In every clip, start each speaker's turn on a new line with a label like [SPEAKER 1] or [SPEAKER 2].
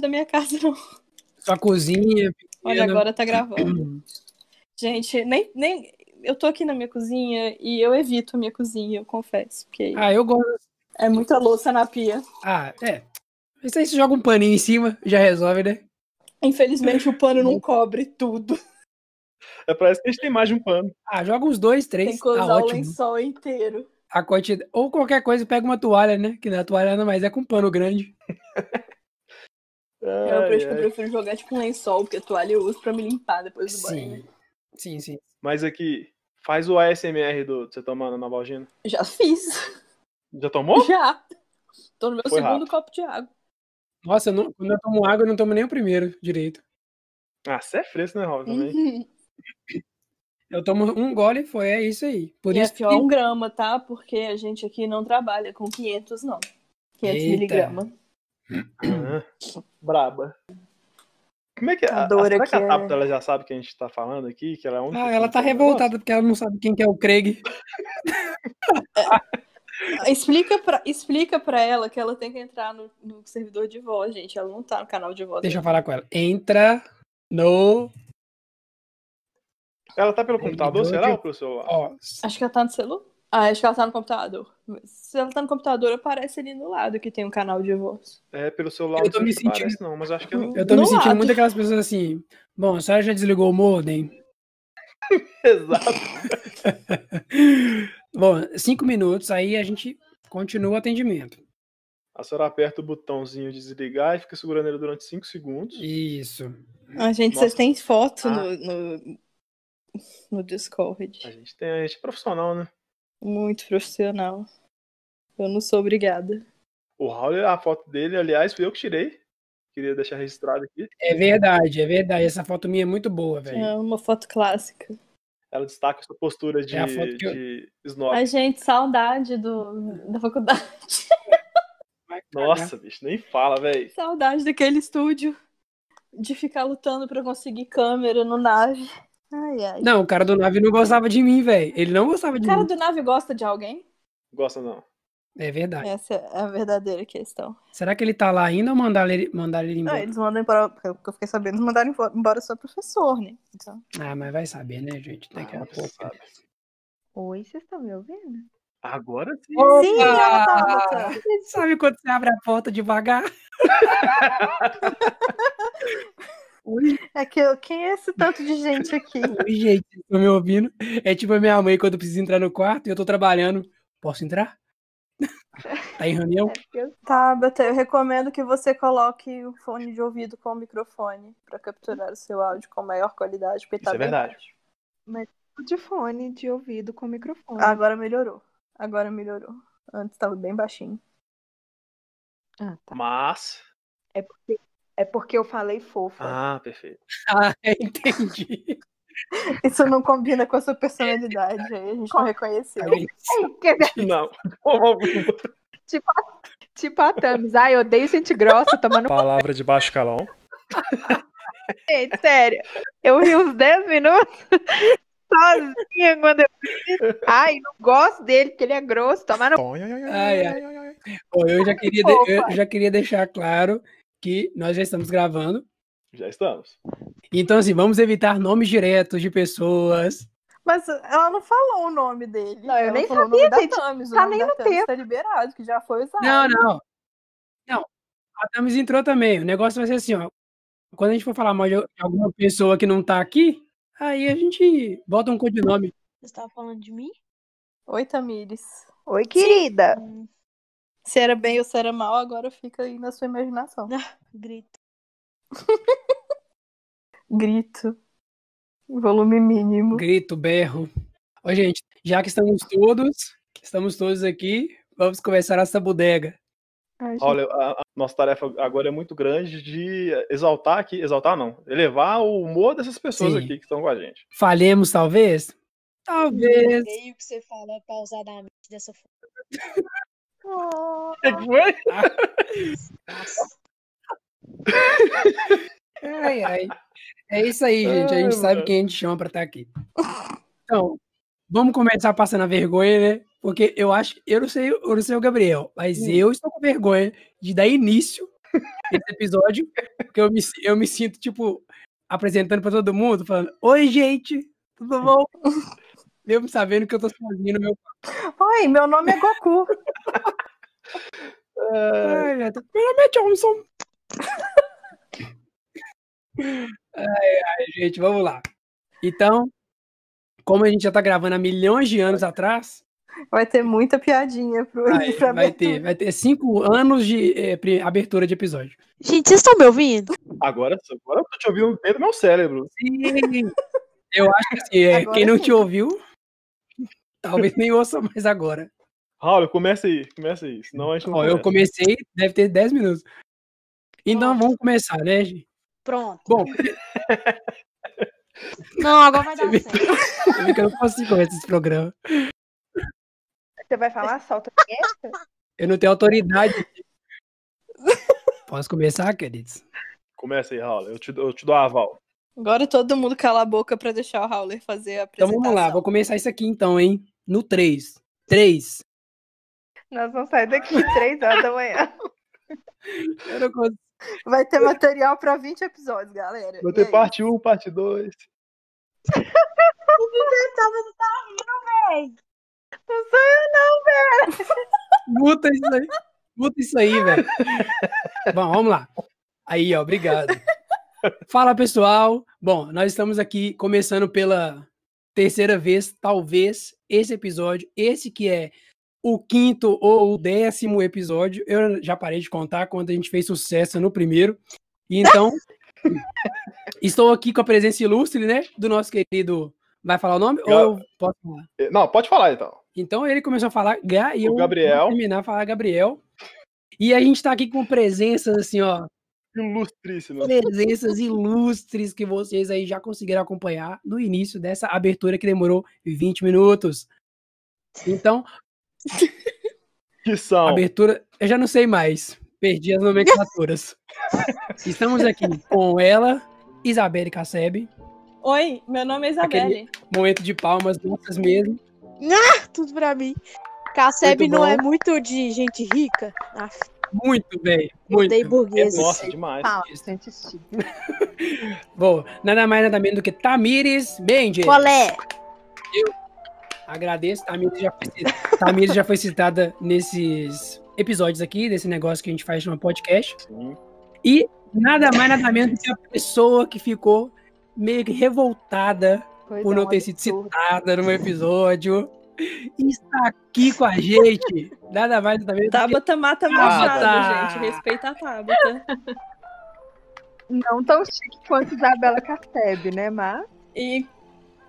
[SPEAKER 1] da minha casa, não.
[SPEAKER 2] Sua cozinha.
[SPEAKER 1] Olha, agora tá gravando. Gente, nem, nem. Eu tô aqui na minha cozinha e eu evito a minha cozinha, eu confesso. Porque
[SPEAKER 2] Ah, eu gosto.
[SPEAKER 1] é muita louça na pia.
[SPEAKER 2] Ah, é. Isso aí você joga um paninho em cima, já resolve, né?
[SPEAKER 1] Infelizmente o pano não cobre tudo.
[SPEAKER 3] É, parece que a gente tem mais de um pano.
[SPEAKER 2] Ah, joga uns dois,
[SPEAKER 1] Tem
[SPEAKER 2] três.
[SPEAKER 1] que
[SPEAKER 2] Tá
[SPEAKER 1] usar o
[SPEAKER 2] ótimo.
[SPEAKER 1] lençol inteiro.
[SPEAKER 2] A quantidade... Ou qualquer coisa, pega uma toalha, né? Que na toalha nada mais é com pano grande. É,
[SPEAKER 1] Eu,
[SPEAKER 3] Ai,
[SPEAKER 1] por isso É que eu
[SPEAKER 3] ai.
[SPEAKER 1] prefiro jogar tipo um lençol, porque a toalha eu uso pra me limpar depois do banho. né?
[SPEAKER 2] Sim. Sim, sim.
[SPEAKER 3] Mas aqui, faz o ASMR do você tomando na Valgina.
[SPEAKER 1] Já fiz.
[SPEAKER 3] Já tomou?
[SPEAKER 1] Já. Tô no meu
[SPEAKER 3] Foi
[SPEAKER 1] segundo
[SPEAKER 3] rápido.
[SPEAKER 1] copo de água.
[SPEAKER 2] Nossa, eu não- quando eu tomo água, eu não tomo nem o primeiro direito.
[SPEAKER 3] Ah, você é fresco, né, Robin? Também.
[SPEAKER 1] Uhum.
[SPEAKER 2] Eu tomo um gole e foi, é isso aí. Por
[SPEAKER 1] e é
[SPEAKER 2] isso
[SPEAKER 1] pior
[SPEAKER 2] que...
[SPEAKER 1] um grama, tá? Porque a gente aqui não trabalha com 500, não. 500
[SPEAKER 2] Eita.
[SPEAKER 1] miligramas.
[SPEAKER 3] Ah, Braba. Como é que é? A,
[SPEAKER 1] Adoro
[SPEAKER 3] será que
[SPEAKER 1] que
[SPEAKER 3] a
[SPEAKER 1] é.
[SPEAKER 3] Tabata ela já sabe que a gente tá falando aqui? Que ela é a única
[SPEAKER 2] Ah,
[SPEAKER 3] que
[SPEAKER 2] ela
[SPEAKER 3] não
[SPEAKER 2] tá
[SPEAKER 3] sabe o
[SPEAKER 2] revoltada porque ela não sabe quem que é o Craig.
[SPEAKER 1] Explica pra, explica pra ela que ela tem que entrar no, no servidor de voz, gente. Ela não tá no canal de voz.
[SPEAKER 2] Deixa eu falar com ela. Entra no...
[SPEAKER 3] negócio? Ela tá pelo
[SPEAKER 2] Servidor
[SPEAKER 3] computador, será?
[SPEAKER 2] de-
[SPEAKER 3] Ou pelo celular?
[SPEAKER 2] Ó,
[SPEAKER 1] Acho que ela tá no celular. Ah, acho que ela tá no computador. Se ela tá no computador, aparece ali no lado que tem um canal de voz.
[SPEAKER 3] É, pelo celular
[SPEAKER 2] Eu
[SPEAKER 3] não
[SPEAKER 2] tô
[SPEAKER 3] sei
[SPEAKER 2] me
[SPEAKER 3] se parece, não, mas acho que é um- eu...
[SPEAKER 2] eu tô me
[SPEAKER 1] no
[SPEAKER 2] sentindo
[SPEAKER 1] lado.
[SPEAKER 2] muito aquelas pessoas assim... Bom, a senhora já desligou o modem?
[SPEAKER 3] Exato.
[SPEAKER 2] Bom, cinco minutos, aí a gente continua o atendimento.
[SPEAKER 3] A senhora aperta o botãozinho de desligar e fica segurando ele durante 5 segundos.
[SPEAKER 2] Isso.
[SPEAKER 1] Ah, gente,
[SPEAKER 3] Nossa.
[SPEAKER 1] vocês têm foto
[SPEAKER 3] Ah.
[SPEAKER 1] no, no, no
[SPEAKER 3] A
[SPEAKER 1] Discord.
[SPEAKER 3] gente tem, a gente é profissional, né?
[SPEAKER 1] Muito profissional. Eu não sou obrigada.
[SPEAKER 3] O Raul, a foto dele, aliás, fui eu que tirei. Queria deixar registrado aqui.
[SPEAKER 2] É verdade, é verdade. Essa foto minha é muito boa, velho.
[SPEAKER 1] É uma foto clássica.
[SPEAKER 3] Ela destaca essa postura de,
[SPEAKER 2] É a foto que eu-
[SPEAKER 3] de snob.
[SPEAKER 1] Ai, gente, saudade do, da faculdade.
[SPEAKER 2] Vai cagar.
[SPEAKER 3] Nossa, bicho, nem fala, velho.
[SPEAKER 1] Saudade daquele estúdio. De ficar lutando pra conseguir câmera no nave. Ai, ai.
[SPEAKER 2] Não, o cara do nave não gostava de mim, velho. Ele não gostava
[SPEAKER 1] O
[SPEAKER 2] de
[SPEAKER 1] cara
[SPEAKER 2] mim.
[SPEAKER 1] do nave gosta de alguém?
[SPEAKER 3] Gosta não.
[SPEAKER 2] É verdade.
[SPEAKER 1] Essa é a verdadeira questão.
[SPEAKER 2] Será que ele tá lá ainda ou mandaram ele, mandaram ele
[SPEAKER 1] Não,
[SPEAKER 2] embora?
[SPEAKER 1] Ah, eles mandam embora, pelo que eu fiquei sabendo, eles mandaram embora- embora só professor, né? Então...
[SPEAKER 2] Ah, mas vai saber, né, gente? Daqui a
[SPEAKER 3] Ah,
[SPEAKER 2] pouco.
[SPEAKER 3] sabe.
[SPEAKER 4] Oi, vocês estão me ouvindo?
[SPEAKER 3] Agora sim.
[SPEAKER 1] Sim, ela tá botando.
[SPEAKER 2] Sabe quando você abre a porta devagar? Oi,
[SPEAKER 4] É que eu, quem é esse tanto de gente aqui?
[SPEAKER 2] oi, gente, vocês estão me ouvindo? É tipo a minha mãe quando precisa entrar no quarto e eu tô trabalhando. Posso entrar? tá em reunião?
[SPEAKER 1] É. Tabata, Tá, eu recomendo que você coloque o fone de ouvido com o microfone pra capturar o seu áudio com maior qualidade, porque
[SPEAKER 3] Isso
[SPEAKER 1] tá
[SPEAKER 3] é
[SPEAKER 1] bem
[SPEAKER 3] verdade.
[SPEAKER 1] baixo.
[SPEAKER 4] De fone, de ouvido, com microfone.
[SPEAKER 1] Agora melhorou. Agora melhorou. Antes tava bem baixinho.
[SPEAKER 4] Ah, tá.
[SPEAKER 3] Mas.
[SPEAKER 4] É porque, é porque eu falei fofa.
[SPEAKER 3] Ah, perfeito.
[SPEAKER 2] Ah, entendi.
[SPEAKER 1] Isso não combina com a sua personalidade, aí a gente não reconheceu.
[SPEAKER 2] Aí,
[SPEAKER 4] Ei, quer dizer,
[SPEAKER 3] Não. Como-
[SPEAKER 4] tipo a Thames. Ai, eu odeio gente grossa tomando
[SPEAKER 3] Palavra de baixo calão.
[SPEAKER 4] peito, sério. Eu ri uns 10 minutos sozinha quando eu. Ai, não gosto dele porque ele é grosso, toma no
[SPEAKER 2] Ai, ai. Bom, eu já queria, de- eu já queria deixar claro que nós já estamos gravando.
[SPEAKER 3] Já estamos.
[SPEAKER 2] Então, assim, vamos evitar nomes diretos de pessoas.
[SPEAKER 1] Mas ela não falou o nome dele.
[SPEAKER 4] Não, eu
[SPEAKER 1] Ela
[SPEAKER 4] nem
[SPEAKER 1] falou
[SPEAKER 4] sabia,
[SPEAKER 1] o nome
[SPEAKER 4] gente.
[SPEAKER 1] da Thames.
[SPEAKER 4] Tá
[SPEAKER 1] o nome
[SPEAKER 4] nem
[SPEAKER 1] da
[SPEAKER 4] no
[SPEAKER 1] Thames
[SPEAKER 4] texto.
[SPEAKER 1] tá liberado, que já foi usado.
[SPEAKER 2] Não, não. Não. A Thames entrou também. O negócio vai ser assim, ó. Quando a gente for falar mal de de alguma pessoa que não tá aqui, aí a gente bota um codinome.
[SPEAKER 5] Você estava falando de mim?
[SPEAKER 1] Oi, Tamires.
[SPEAKER 4] Oi, querida.
[SPEAKER 5] Hum,
[SPEAKER 1] Se era bem ou se era mal, agora fica aí na sua imaginação.
[SPEAKER 5] grito.
[SPEAKER 1] Grito. Volume mínimo.
[SPEAKER 2] Grito, berro. Ô, gente, já que estamos todos, estamos todos aqui, vamos começar essa bodega.
[SPEAKER 4] Ai, gente,
[SPEAKER 3] Olha, a, a nossa tarefa agora é muito grande de exaltar aqui. Exaltar não. Elevar o humor dessas pessoas
[SPEAKER 2] Sim.
[SPEAKER 3] aqui que estão com a gente.
[SPEAKER 2] Falhemos, talvez? Talvez.
[SPEAKER 5] Odeio que você fala pausadamente dessa forma. Nossa.
[SPEAKER 2] Ai, ai. É isso aí, gente. A gente
[SPEAKER 3] Ai,
[SPEAKER 2] sabe
[SPEAKER 3] mano.
[SPEAKER 2] quem a gente chama pra estar aqui. Então, vamos começar passando a vergonha, né? Hum. Porque eu acho, eu não sei, eu não sei o Gabriel, mas eu estou com vergonha de dar início esse episódio, porque eu me, eu me sinto, tipo, apresentando pra todo mundo, falando, oi, gente, tudo bom? Mesmo sabendo que eu tô sozinho no meu
[SPEAKER 1] Oi, meu nome é Goku.
[SPEAKER 2] Ai, meu Deus. Meu nome é Johnson. ai, ai, gente, vamos lá. Então, como a gente já tá gravando há milhões de anos atrás,
[SPEAKER 1] Vai ter muita piadinha pro
[SPEAKER 2] vai,
[SPEAKER 1] pra
[SPEAKER 2] vai
[SPEAKER 1] abertura.
[SPEAKER 2] ter, vai ter cinco anos de eh, pri- abertura de episódio.
[SPEAKER 5] Gente, vocês estão me ouvindo?
[SPEAKER 3] Agora, agora eu tô te ouvindo dentro do meu cérebro.
[SPEAKER 2] Eu acho que assim, eh,
[SPEAKER 1] Agora
[SPEAKER 2] quem não
[SPEAKER 1] sim.
[SPEAKER 2] te ouviu, talvez nem ouça mais agora.
[SPEAKER 3] Raul, começa aí, começa aí. Senão a gente não.
[SPEAKER 2] Ó, eu
[SPEAKER 3] começa.
[SPEAKER 2] comecei, deve ter 10 minutos. Então vamos começar, né, gente?
[SPEAKER 5] Pronto.
[SPEAKER 2] Bom,
[SPEAKER 5] Não, agora vai dar
[SPEAKER 2] Você
[SPEAKER 5] certo.
[SPEAKER 2] eu vi que eu não consigo começar esse programa.
[SPEAKER 4] Você vai falar, solta
[SPEAKER 2] Eu não tenho autoridade. Posso começar, queridos?
[SPEAKER 3] Começa aí, Raul. Eu te, eu te dou a aval.
[SPEAKER 1] Agora todo mundo cala a boca pra deixar o Howler fazer a
[SPEAKER 2] Então
[SPEAKER 1] apresentação.
[SPEAKER 2] vamos lá, vou começar isso aqui então, hein? No 3. 3.
[SPEAKER 4] Nós vamos sair daqui três horas da manhã.
[SPEAKER 2] Eu não consigo.
[SPEAKER 1] Vai ter material pra 20 episódios, galera. E
[SPEAKER 3] Vou
[SPEAKER 2] É.
[SPEAKER 3] ter
[SPEAKER 1] aí?
[SPEAKER 3] parte 1, parte 2.
[SPEAKER 4] Não sou eu, não, velho.
[SPEAKER 2] Muta isso aí. Muta isso aí, velho. Bom, vamos lá. Aí, ó, obrigado. Fala, pessoal. Bom, nós estamos aqui começando pela terceira vez, talvez, esse episódio. Esse que é o quinto ou o décimo episódio. Eu já parei de contar quando a gente fez sucesso no primeiro. E Então, estou aqui com a presença ilustre, né? Do nosso querido. Vai falar o nome? Ou posso falar?
[SPEAKER 3] Eh, Não, pode falar então.
[SPEAKER 2] Então ele começou a falar Gá e um
[SPEAKER 3] O
[SPEAKER 2] eu
[SPEAKER 3] Gabriel.
[SPEAKER 2] vou terminar a falar Gabriel. E a gente tá aqui com presenças assim, ó,
[SPEAKER 3] Ilustríssimo.
[SPEAKER 2] presenças ilustres que vocês aí já conseguiram acompanhar no início dessa abertura que demorou 20 minutos. Então,
[SPEAKER 3] Que são.
[SPEAKER 2] abertura, eu já não sei mais, perdi as nomenclaturas. Estamos aqui com ela, Isabelle Casseb,
[SPEAKER 1] Oi, meu nome é Isabelle.
[SPEAKER 2] momento de palmas nossas mesmo.
[SPEAKER 5] Tudo pra mim. Casseb
[SPEAKER 2] Muito
[SPEAKER 5] não
[SPEAKER 2] bom.
[SPEAKER 5] é muito de gente rica. Aff,
[SPEAKER 2] Muito bem, muito. É
[SPEAKER 5] odeio burgueses.
[SPEAKER 3] Nossa, demais.
[SPEAKER 4] Fala, gente, estica.
[SPEAKER 2] Bom, nada mais nada menos do que Tamires Mendes.
[SPEAKER 5] Qual é?
[SPEAKER 2] Agradeço. Tamires já, foi cit- Tamires já foi citada nesses episódios aqui, desse negócio que a gente faz no podcast.
[SPEAKER 3] Sim.
[SPEAKER 2] E nada mais, nada menos do que a pessoa que ficou meio que revoltada
[SPEAKER 4] Coisa
[SPEAKER 2] por não
[SPEAKER 4] um
[SPEAKER 2] ter sido
[SPEAKER 4] absurdo.
[SPEAKER 2] citada num episódio. E está aqui com a gente. Nada mais, nada menos. do que-
[SPEAKER 1] Tabata mata Machado,
[SPEAKER 2] Tabata!
[SPEAKER 1] gente. Respeita a Tabata.
[SPEAKER 4] Não tão chique quanto Isabela Castebe, né, Mas
[SPEAKER 1] E,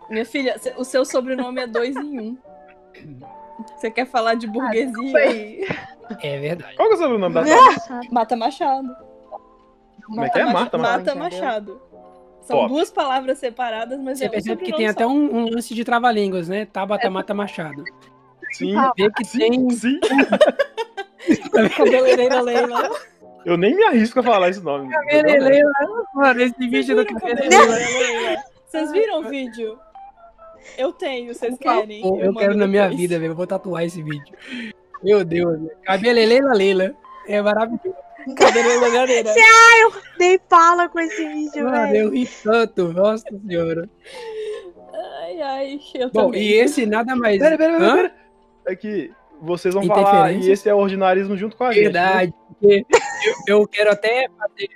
[SPEAKER 1] minha filha, se- o seu sobrenome é dois em um. Você quer falar de
[SPEAKER 4] Isso
[SPEAKER 1] burguesia?
[SPEAKER 4] Ah, aí.
[SPEAKER 2] É verdade.
[SPEAKER 3] Qual que é o sobrenome da
[SPEAKER 1] mata Machado.
[SPEAKER 3] Como é que é? Mata,
[SPEAKER 1] Mata,
[SPEAKER 3] mata.
[SPEAKER 1] Machado. São
[SPEAKER 3] Top.
[SPEAKER 1] duas palavras separadas, mas
[SPEAKER 2] Você
[SPEAKER 1] é um
[SPEAKER 2] percebe que
[SPEAKER 1] sobrenome só. É,
[SPEAKER 2] tem até um, um lance de trava-línguas, né? Tabata Mata Machado.
[SPEAKER 3] Sim,
[SPEAKER 2] Vê que tem.
[SPEAKER 3] sim,
[SPEAKER 1] assim.
[SPEAKER 3] sim.
[SPEAKER 1] Cabeleireira Leila.
[SPEAKER 3] Eu nem me arrisco a falar esse nome. entendeu?
[SPEAKER 2] Cabeleireiro, mano, esse vídeo do
[SPEAKER 1] Viram
[SPEAKER 2] cabeleireiro.
[SPEAKER 1] cabeleireira Leila? Vocês viram o vídeo? Eu tenho, vocês querem?
[SPEAKER 2] Pô, eu,
[SPEAKER 1] mando
[SPEAKER 2] quero na minha
[SPEAKER 1] depois.
[SPEAKER 2] vida, velho. Eu vou tatuar esse vídeo. Meu Deus, velho. Cabeleleila Leila. É maravilhoso.
[SPEAKER 1] Cabeleireira Leila.
[SPEAKER 5] Nem fala com esse vídeo,
[SPEAKER 2] Mano,
[SPEAKER 5] velho.
[SPEAKER 2] eu ri tanto. Nossa senhora.
[SPEAKER 1] Ai, ai, eu
[SPEAKER 2] Bom,
[SPEAKER 1] também.
[SPEAKER 2] e esse nada mais.
[SPEAKER 3] Pera, pera, pera,
[SPEAKER 2] Hã?
[SPEAKER 3] pera. É que vocês vão falar e
[SPEAKER 2] Interferência?
[SPEAKER 3] esse é o ordinarismo junto com a gente. né?
[SPEAKER 2] Verdade. porque eu, eu quero até fazer-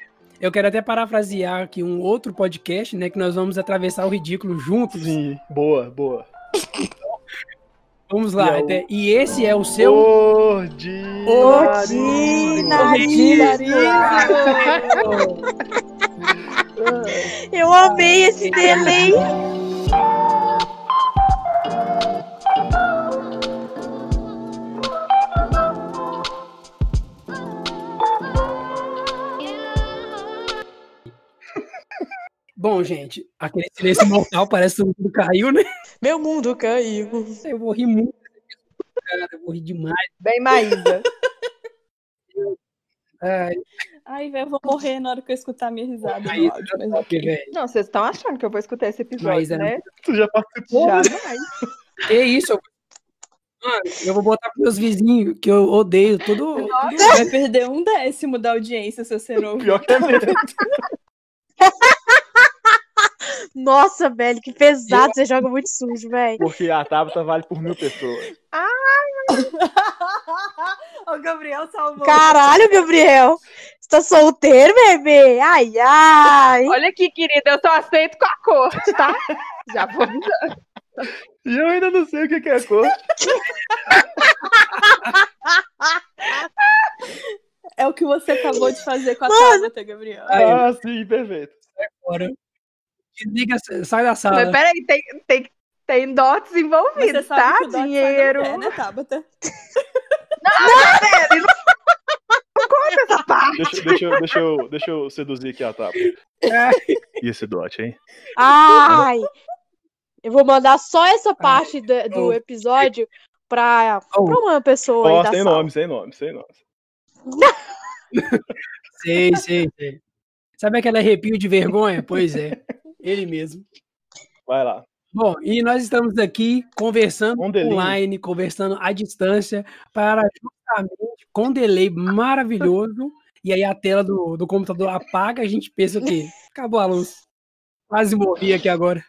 [SPEAKER 2] Eu quero até parafrasear aqui um outro podcast, né? Que nós vamos atravessar o ridículo juntos.
[SPEAKER 3] Sim, boa, boa.
[SPEAKER 2] Vamos lá.
[SPEAKER 3] E é o-
[SPEAKER 2] até- E esse é o seu.
[SPEAKER 3] Ordinarismo.
[SPEAKER 5] Ordinarismo. Eu amei esse delay.
[SPEAKER 2] Bom, gente, aquele silêncio mortal parece que tudo caiu, né?
[SPEAKER 5] Meu mundo caiu.
[SPEAKER 2] Eu vou rir muito. Cara, eu vou rir demais.
[SPEAKER 4] Bem, Maísa.
[SPEAKER 3] É,
[SPEAKER 2] Ai,
[SPEAKER 1] Ai, velho, eu vou morrer na hora que eu escutar a minha risada. no
[SPEAKER 2] Maísa,
[SPEAKER 1] áudio, mas
[SPEAKER 2] tá top,
[SPEAKER 1] ok.
[SPEAKER 2] velho.
[SPEAKER 4] Não, vocês estão achando que
[SPEAKER 2] é
[SPEAKER 4] eu vou escutar esse episódio,
[SPEAKER 2] Maísa,
[SPEAKER 4] né?
[SPEAKER 3] Tu já participou? né?
[SPEAKER 4] Jamais.
[SPEAKER 2] Que isso? eu- Mano, eu vou botar pros meus vizinhos, que eu odeio tudo.
[SPEAKER 1] Você vai perder um décimo da audiência se você não ouvir.
[SPEAKER 3] Pior que é mesmo.
[SPEAKER 5] Nossa, velho, que pesado. Você joga muito sujo, velho.
[SPEAKER 3] Porque a Tabata vale por mil pessoas.
[SPEAKER 1] o Gabriel salvou.
[SPEAKER 5] Caralho, Gabriel. Você tá solteiro, bebê? Ai, ai.
[SPEAKER 4] Olha aqui, querida, eu só aceito com a corte, tá? Já vou.
[SPEAKER 3] E eu ainda não sei o que que é cor.
[SPEAKER 1] É o que você acabou de fazer com a Tabata, Gabriel.
[SPEAKER 2] Aí,
[SPEAKER 3] Ah, sim, perfeito.
[SPEAKER 2] fora. Desliga, sai da sala.
[SPEAKER 4] Mas peraí, tem, tem, tem
[SPEAKER 1] Mas
[SPEAKER 4] dotes
[SPEAKER 1] você
[SPEAKER 4] envolvidos,
[SPEAKER 1] sabe
[SPEAKER 4] tá?
[SPEAKER 1] que o Dot
[SPEAKER 4] Dinheiro.
[SPEAKER 1] sai no pé, né, Tabata?
[SPEAKER 3] Deixa, deixa eu, deixa, eu, deixa eu seduzir aqui a Tabata. E esse dote, hein?
[SPEAKER 5] Ai! Eu vou mandar só essa parte da- do
[SPEAKER 2] Oh.
[SPEAKER 5] episódio pra, pra
[SPEAKER 2] Oh.
[SPEAKER 5] uma pessoa
[SPEAKER 3] Ó,
[SPEAKER 5] aí da
[SPEAKER 3] sem
[SPEAKER 5] sala.
[SPEAKER 3] nome, sem nome, sem nome.
[SPEAKER 2] Sei, sei, sei. Sabe aquele arrepio de vergonha? Pois é, ele mesmo.
[SPEAKER 3] Vai lá.
[SPEAKER 2] Bom, e nós estamos aqui conversando
[SPEAKER 3] Com delay.
[SPEAKER 2] online, conversando à distância, para justamente com delay maravilhoso. E aí a tela do, do computador apaga, a gente pensa o quê? Acabou a luz. Quase morri aqui agora.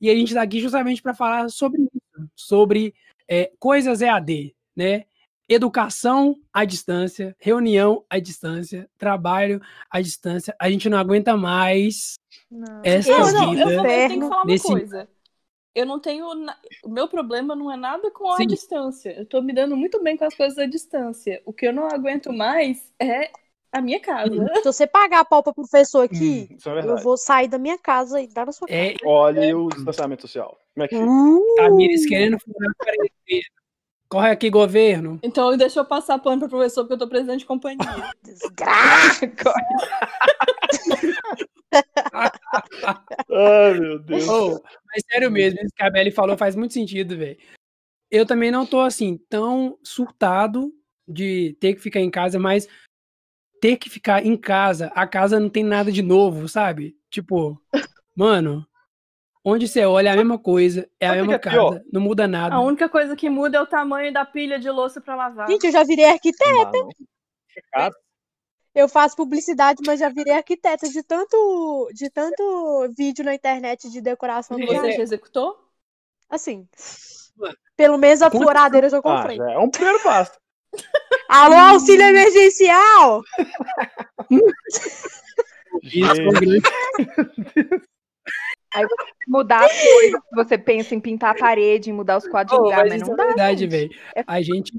[SPEAKER 2] E a gente está aqui justamente para falar sobre isso, sobre é, coisas EAD, né? Educação à distância, reunião à distância, trabalho à distância. A gente não aguenta mais essa
[SPEAKER 1] Não,
[SPEAKER 5] Essa
[SPEAKER 1] não, eu,
[SPEAKER 2] vida.
[SPEAKER 1] vou- eu tenho que falar uma
[SPEAKER 2] nesse-
[SPEAKER 1] coisa. Eu não tenho. na- O meu problema não é nada com a
[SPEAKER 2] Sim.
[SPEAKER 1] distância. Eu tô me dando muito bem com as coisas à distância. O que eu não aguento mais é a minha casa.
[SPEAKER 5] Se você pagar pau pra professor aqui,
[SPEAKER 3] Hum, isso é
[SPEAKER 5] eu
[SPEAKER 3] verdade.
[SPEAKER 5] vou sair da minha casa e dar na sua
[SPEAKER 2] É,
[SPEAKER 3] Olha o distanciamento social. Como é que fica?
[SPEAKER 5] Hum,
[SPEAKER 2] Tamires querendo furar a quarentena. Corre aqui, governo.
[SPEAKER 1] Então deixa eu passar pano pro professor, porque eu tô precisando de companhia.
[SPEAKER 5] desgraça.
[SPEAKER 3] Ai, meu Deus.
[SPEAKER 2] Ô, mas sério mesmo, isso que a Belly falou faz muito sentido, velho. Eu também não tô assim, tão surtado de ter que ficar em casa, mas ter que ficar em casa, a casa não tem nada de novo, sabe? Tipo, mano, onde você olha é a mesma coisa, é a
[SPEAKER 3] Sabe o que
[SPEAKER 2] mesma
[SPEAKER 3] que é pior?
[SPEAKER 2] casa, não muda nada.
[SPEAKER 1] A única coisa que muda é o tamanho da pilha de louça pra lavar.
[SPEAKER 5] Gente, eu já virei arquiteta.
[SPEAKER 3] Ah, Não dá, não.
[SPEAKER 5] Eu faço publicidade, mas já virei arquiteta de tanto, de tanto vídeo na internet de decoração.
[SPEAKER 1] Você
[SPEAKER 5] que
[SPEAKER 2] Gente,
[SPEAKER 5] eu já-
[SPEAKER 1] já executou?
[SPEAKER 5] Assim,
[SPEAKER 2] É. Mano.
[SPEAKER 5] pelo menos a
[SPEAKER 2] Quanto-
[SPEAKER 5] furadeira eu já
[SPEAKER 3] Ah,
[SPEAKER 5] comprei.
[SPEAKER 3] já é um primeiro passo.
[SPEAKER 5] Alô, auxílio emergencial!
[SPEAKER 2] Isso, é
[SPEAKER 3] Gente,
[SPEAKER 4] Mudar as coisas. Você pensa em pintar a parede, em mudar os quadros de
[SPEAKER 2] Pô,
[SPEAKER 4] lugar,
[SPEAKER 2] mas
[SPEAKER 4] mas
[SPEAKER 2] isso
[SPEAKER 4] não
[SPEAKER 2] é
[SPEAKER 4] dá.
[SPEAKER 2] verdade,
[SPEAKER 4] gente.
[SPEAKER 2] velho.
[SPEAKER 4] É-
[SPEAKER 2] A gente,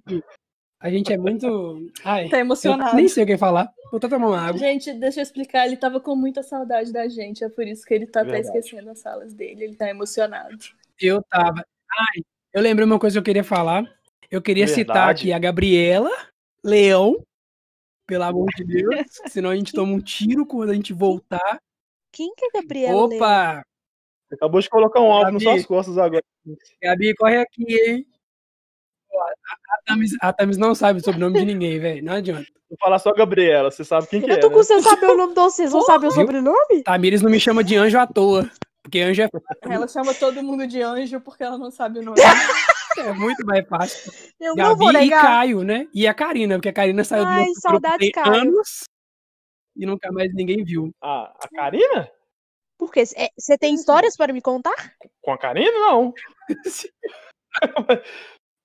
[SPEAKER 2] a gente é muito. Ai,
[SPEAKER 1] Tá
[SPEAKER 2] eu
[SPEAKER 1] emocionado.
[SPEAKER 2] nem sei o que falar. Vou até tomar uma água.
[SPEAKER 1] Gente, deixa eu explicar. Ele tava com muita saudade da gente. É por isso que ele tá até
[SPEAKER 3] Verdade.
[SPEAKER 1] esquecendo as salas dele. Ele tá emocionado.
[SPEAKER 2] Eu tava. Ai, eu lembrei uma coisa que eu queria falar. Eu queria citar
[SPEAKER 3] Verdade.
[SPEAKER 2] aqui a Gabriela Leão, pelo amor de Deus, senão a gente toma um tiro quando a gente voltar.
[SPEAKER 5] Quem que é Gabriel? Leão?
[SPEAKER 2] Opa,
[SPEAKER 3] você acabou de colocar um alvo nas
[SPEAKER 2] Gabi.
[SPEAKER 3] suas costas agora.
[SPEAKER 2] Gabi, corre aqui, hein? Ó, a- A Thames, a Thames não sabe o sobrenome de ninguém, velho. Não adianta.
[SPEAKER 3] Vou falar só Gabriela, você sabe quem que é,
[SPEAKER 5] Eu tô
[SPEAKER 3] né?
[SPEAKER 5] conseguindo saber o nome de vocês, não sabem o
[SPEAKER 2] Viu?
[SPEAKER 5] sobrenome?
[SPEAKER 2] Tamires não me chama de anjo à toa, porque anjo é,
[SPEAKER 1] Ela chama todo mundo de anjo porque ela não sabe o nome.
[SPEAKER 2] é muito mais fácil.
[SPEAKER 5] Eu não vou
[SPEAKER 2] Gabi e
[SPEAKER 5] negar.
[SPEAKER 2] Caio, né? E a Karina, porque a Karina saiu do
[SPEAKER 5] Ai,
[SPEAKER 2] nosso grupo
[SPEAKER 5] saudades,
[SPEAKER 2] tem
[SPEAKER 5] Caio.
[SPEAKER 2] anos e nunca mais ninguém viu.
[SPEAKER 3] Ah, a Karina?
[SPEAKER 5] Por quê? Você é, tem histórias para me contar?
[SPEAKER 3] Com a Karina, não.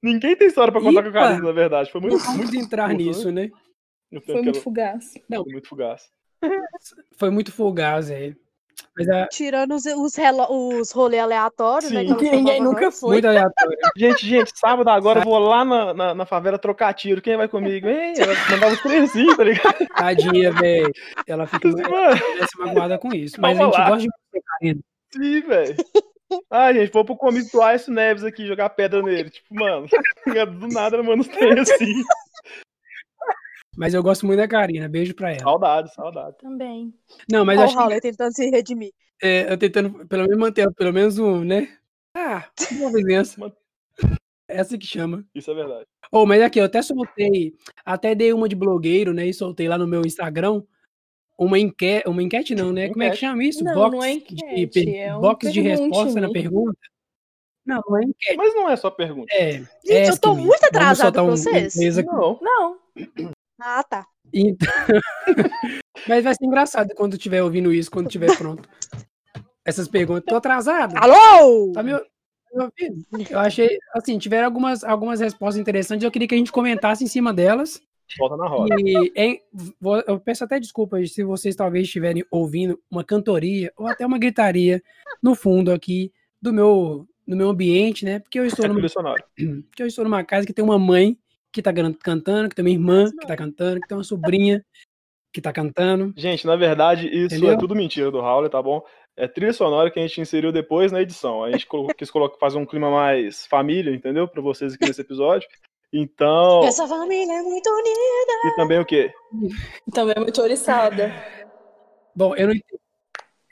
[SPEAKER 3] Ninguém tem história pra contar com a
[SPEAKER 2] Ipa.
[SPEAKER 3] Karina, na verdade. Foi muito,
[SPEAKER 2] Não vamos
[SPEAKER 3] muito
[SPEAKER 2] entrar
[SPEAKER 3] curto, né?
[SPEAKER 2] nisso, né?
[SPEAKER 3] O tempo
[SPEAKER 1] Foi
[SPEAKER 3] que
[SPEAKER 1] muito
[SPEAKER 3] ela-
[SPEAKER 1] fugaz.
[SPEAKER 3] foi muito fugaz.
[SPEAKER 2] Foi muito fugaz, é. Mas é
[SPEAKER 5] Tirando os, os, relo- os rolês aleatórios, né?
[SPEAKER 3] Sim.
[SPEAKER 5] que elas
[SPEAKER 1] Ninguém
[SPEAKER 5] chamavam
[SPEAKER 1] nunca
[SPEAKER 5] nós.
[SPEAKER 1] foi.
[SPEAKER 2] muito aleatório.
[SPEAKER 3] Gente, gente, sábado agora eu vou lá na, na, na favela trocar tiro. Quem vai comigo? Hein? Ela mandava os trenzinhos, tá ligado?
[SPEAKER 2] Tadinha, velho. Ela fica ela
[SPEAKER 3] Mano,
[SPEAKER 2] se magoada com isso. Mas a
[SPEAKER 3] Vamos
[SPEAKER 2] gente
[SPEAKER 3] lá.
[SPEAKER 2] gosta de você, Karina.
[SPEAKER 3] sim, velho. Ai, gente, vou pro comício do Aécio Neves aqui, jogar pedra nele. Tipo, mano, do nada ela manda os assim. trenzinhos.
[SPEAKER 2] Mas eu gosto muito da Karina. Beijo pra ela.
[SPEAKER 3] Saudade, saudade.
[SPEAKER 1] Também.
[SPEAKER 2] Não, mas
[SPEAKER 5] Olha
[SPEAKER 2] acho
[SPEAKER 5] o Raul tentando se redimir.
[SPEAKER 2] que é, eu tentando pelo menos manter, pelo menos um, né? Ah, uma vizinhança. Essa que chama.
[SPEAKER 3] Isso é verdade.
[SPEAKER 2] Oh, mas aqui, eu até soltei, até dei uma de blogueiro, né? E soltei lá no meu Instagram uma enquete, uma enquete não, né? Como é que
[SPEAKER 3] Enquete.
[SPEAKER 2] chama isso?
[SPEAKER 1] Não,
[SPEAKER 2] box
[SPEAKER 1] não é
[SPEAKER 2] de,
[SPEAKER 1] enquete,
[SPEAKER 2] per-
[SPEAKER 1] é um
[SPEAKER 2] box de resposta na
[SPEAKER 1] pergunte-me.
[SPEAKER 2] pergunta. Não, não é enquete.
[SPEAKER 3] Mas não é só pergunta.
[SPEAKER 2] É,
[SPEAKER 5] Gente, eu tô
[SPEAKER 2] estimate.
[SPEAKER 5] muito
[SPEAKER 2] Vamos
[SPEAKER 5] atrasada
[SPEAKER 2] soltar
[SPEAKER 5] pra
[SPEAKER 2] um-
[SPEAKER 5] vocês.
[SPEAKER 2] um mês aqui.
[SPEAKER 3] Não.
[SPEAKER 1] Não.
[SPEAKER 5] Ah, tá.
[SPEAKER 2] Então... Mas vai ser engraçado quando tiver ouvindo isso, quando tiver pronto. Essas perguntas. Tô atrasado?
[SPEAKER 5] Alô?
[SPEAKER 2] Tá me, tá me ouvindo? Eu achei, assim, tiveram algumas, algumas respostas interessantes. Eu queria que a gente comentasse em cima delas.
[SPEAKER 3] Volta na roda.
[SPEAKER 2] E em- vou- eu peço até desculpas se vocês talvez estiverem ouvindo uma cantoria ou até uma gritaria no fundo aqui do meu, do meu ambiente, né? Porque eu estou
[SPEAKER 3] É
[SPEAKER 2] numa
[SPEAKER 3] trilha sonora.
[SPEAKER 2] que eu estou numa casa que tem uma mãe que tá gran- cantando, que tem uma irmã que tá cantando, que tem uma sobrinha que tá cantando.
[SPEAKER 3] Gente, na verdade, isso
[SPEAKER 2] Entendeu?
[SPEAKER 3] é tudo mentira do Raul, tá bom? É trilha sonora que a gente inseriu depois na edição. A gente colo- quis colocar, fazer um clima mais família, entendeu? Pra vocês aqui nesse episódio. Então,
[SPEAKER 5] Essa família é muito unida.
[SPEAKER 3] e também o quê?
[SPEAKER 1] Também é muito oriçada.
[SPEAKER 2] Bom, eu não entendi,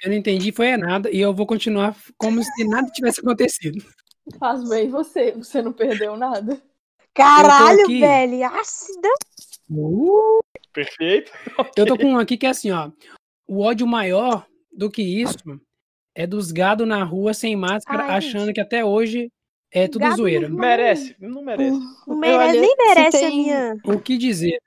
[SPEAKER 2] eu não entendi foi nada, e eu vou continuar como se nada tivesse acontecido.
[SPEAKER 1] Faz bem você. Você não perdeu nada.
[SPEAKER 5] Caralho,
[SPEAKER 2] aqui.
[SPEAKER 5] velho. Ácida.
[SPEAKER 2] Uh,
[SPEAKER 3] Perfeito?
[SPEAKER 2] Eu tô com um aqui que é assim, ó. O ódio maior do que isso é dos gado na rua sem máscara,
[SPEAKER 5] Ai,
[SPEAKER 2] achando
[SPEAKER 5] gente.
[SPEAKER 2] que até hoje é tudo
[SPEAKER 5] Gado
[SPEAKER 2] zoeira.
[SPEAKER 5] não-
[SPEAKER 3] Merece, não merece.
[SPEAKER 5] Não merece,
[SPEAKER 1] olha,
[SPEAKER 5] nem
[SPEAKER 1] se
[SPEAKER 5] merece a
[SPEAKER 1] tem-
[SPEAKER 5] minha.
[SPEAKER 2] O que dizer?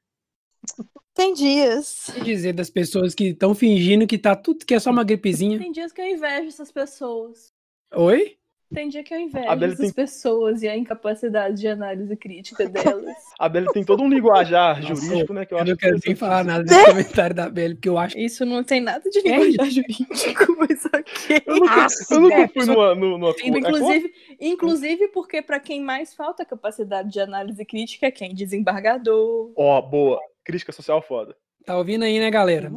[SPEAKER 1] Tem dias.
[SPEAKER 2] O que dizer das pessoas que estão fingindo que tá tudo que é só uma gripezinha?
[SPEAKER 1] Tem dias que eu invejo essas pessoas.
[SPEAKER 2] Oi?
[SPEAKER 1] Tem dia que eu invejo
[SPEAKER 3] A Bela
[SPEAKER 1] essas pessoas e a incapacidade de análise crítica delas.
[SPEAKER 3] A Bela tem todo um linguajar
[SPEAKER 2] Nossa,
[SPEAKER 3] jurídico, né? Que eu,
[SPEAKER 2] Eu
[SPEAKER 3] acho
[SPEAKER 2] não quero nem
[SPEAKER 3] interessante.
[SPEAKER 2] falar nada desse comentário da Bela, porque eu acho
[SPEAKER 1] Isso não tem nada de
[SPEAKER 2] É
[SPEAKER 1] linguajar jurídico, mas ok.
[SPEAKER 3] Eu nunca,
[SPEAKER 5] Ácida.
[SPEAKER 3] eu nunca fui numa. numa, numa é contra?
[SPEAKER 1] Inclusive, inclusive porque para quem mais falta capacidade de análise crítica é quem? Desembargador.
[SPEAKER 3] Ó, boa. Crítica social foda.
[SPEAKER 2] Tá ouvindo aí, né, galera?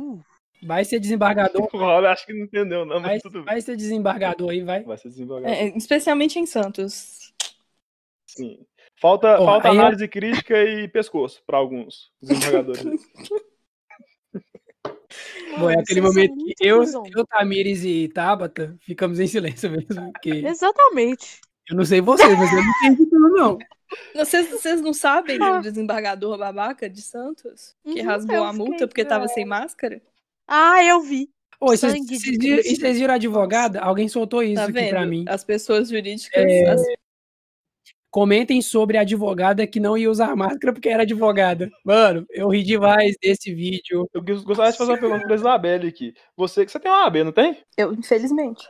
[SPEAKER 2] Vai ser desembargador,
[SPEAKER 3] O Raul acho que não entendeu, não,
[SPEAKER 2] vai,
[SPEAKER 3] mas tudo bem.
[SPEAKER 2] vai ser desembargador aí, vai.
[SPEAKER 3] Vai ser desembargado.
[SPEAKER 1] É, especialmente em Santos.
[SPEAKER 3] Sim. Falta,
[SPEAKER 2] Ó,
[SPEAKER 3] falta
[SPEAKER 2] aí eu-
[SPEAKER 3] análise crítica e pescoço pra alguns desembargadores.
[SPEAKER 2] Bom, é
[SPEAKER 5] Mano,
[SPEAKER 2] aquele
[SPEAKER 5] vocês são
[SPEAKER 2] momento que
[SPEAKER 5] muito
[SPEAKER 2] eu,
[SPEAKER 5] cuzão.
[SPEAKER 2] eu, Tamires e Tabata ficamos em silêncio mesmo, porque
[SPEAKER 5] Exatamente.
[SPEAKER 2] eu não sei vocês, mas eu não entendi tudo, não.
[SPEAKER 1] Vocês, vocês não sabem
[SPEAKER 2] Ah.
[SPEAKER 1] do desembargador babaca de Santos? Que
[SPEAKER 5] Uhum,
[SPEAKER 1] rasgou
[SPEAKER 5] eu
[SPEAKER 1] a multa
[SPEAKER 5] fiquei-
[SPEAKER 1] porque tava sem máscara?
[SPEAKER 5] Ah, eu vi.
[SPEAKER 2] Ô, e vocês,
[SPEAKER 5] Sangue de
[SPEAKER 2] vocês viram, e
[SPEAKER 5] Cristo.
[SPEAKER 2] vocês viram a advogada? Alguém soltou isso
[SPEAKER 1] Tá
[SPEAKER 2] aqui
[SPEAKER 1] vendo?
[SPEAKER 2] pra mim. É.
[SPEAKER 1] As pessoas jurídicas. as-
[SPEAKER 2] Comentem sobre a advogada que não ia usar máscara porque era advogada. Mano, eu ri demais desse vídeo.
[SPEAKER 3] Eu gos- gostaria de fazer uma pergunta pra Isabelle aqui. Você, você tem uma AB, não tem?
[SPEAKER 1] Eu, infelizmente.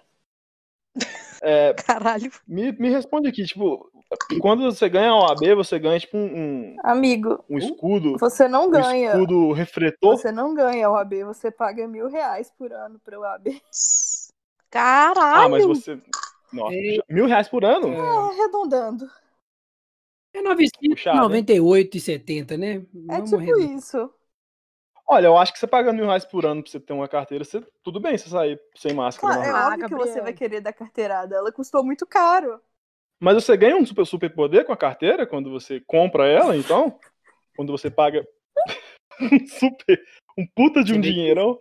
[SPEAKER 3] É,
[SPEAKER 5] Caralho.
[SPEAKER 3] me, me responde aqui, tipo, quando você ganha uma AB, você ganha, tipo, um, um-
[SPEAKER 1] Amigo,
[SPEAKER 3] um escudo.
[SPEAKER 1] você não
[SPEAKER 3] Um
[SPEAKER 1] ganha.
[SPEAKER 3] escudo refletor.
[SPEAKER 1] Você não ganha o AB, você paga mil reais por ano pra OAB.
[SPEAKER 5] Caralho.
[SPEAKER 3] Ah, mas
[SPEAKER 1] um
[SPEAKER 3] você. Nossa,
[SPEAKER 2] Ei.
[SPEAKER 3] mil reais por ano?
[SPEAKER 2] É,
[SPEAKER 1] Arredondando.
[SPEAKER 2] é
[SPEAKER 3] Puxado, hein?
[SPEAKER 2] 998,70, né?
[SPEAKER 1] É
[SPEAKER 2] Vamos
[SPEAKER 1] tipo
[SPEAKER 2] arredondar.
[SPEAKER 1] isso.
[SPEAKER 3] Olha, eu acho que você pagando mil reais por ano pra você ter uma carteira, você- tudo bem você sair sem máscara.
[SPEAKER 1] Claro, é
[SPEAKER 3] normal.
[SPEAKER 5] Ah,
[SPEAKER 1] óbvio que
[SPEAKER 5] Gabriel.
[SPEAKER 1] você vai querer dar carteirada. Ela custou muito caro.
[SPEAKER 3] Mas você ganha um super, super poder com a carteira quando você compra ela, então? Quando você paga um super. Um puta de um dinheirão.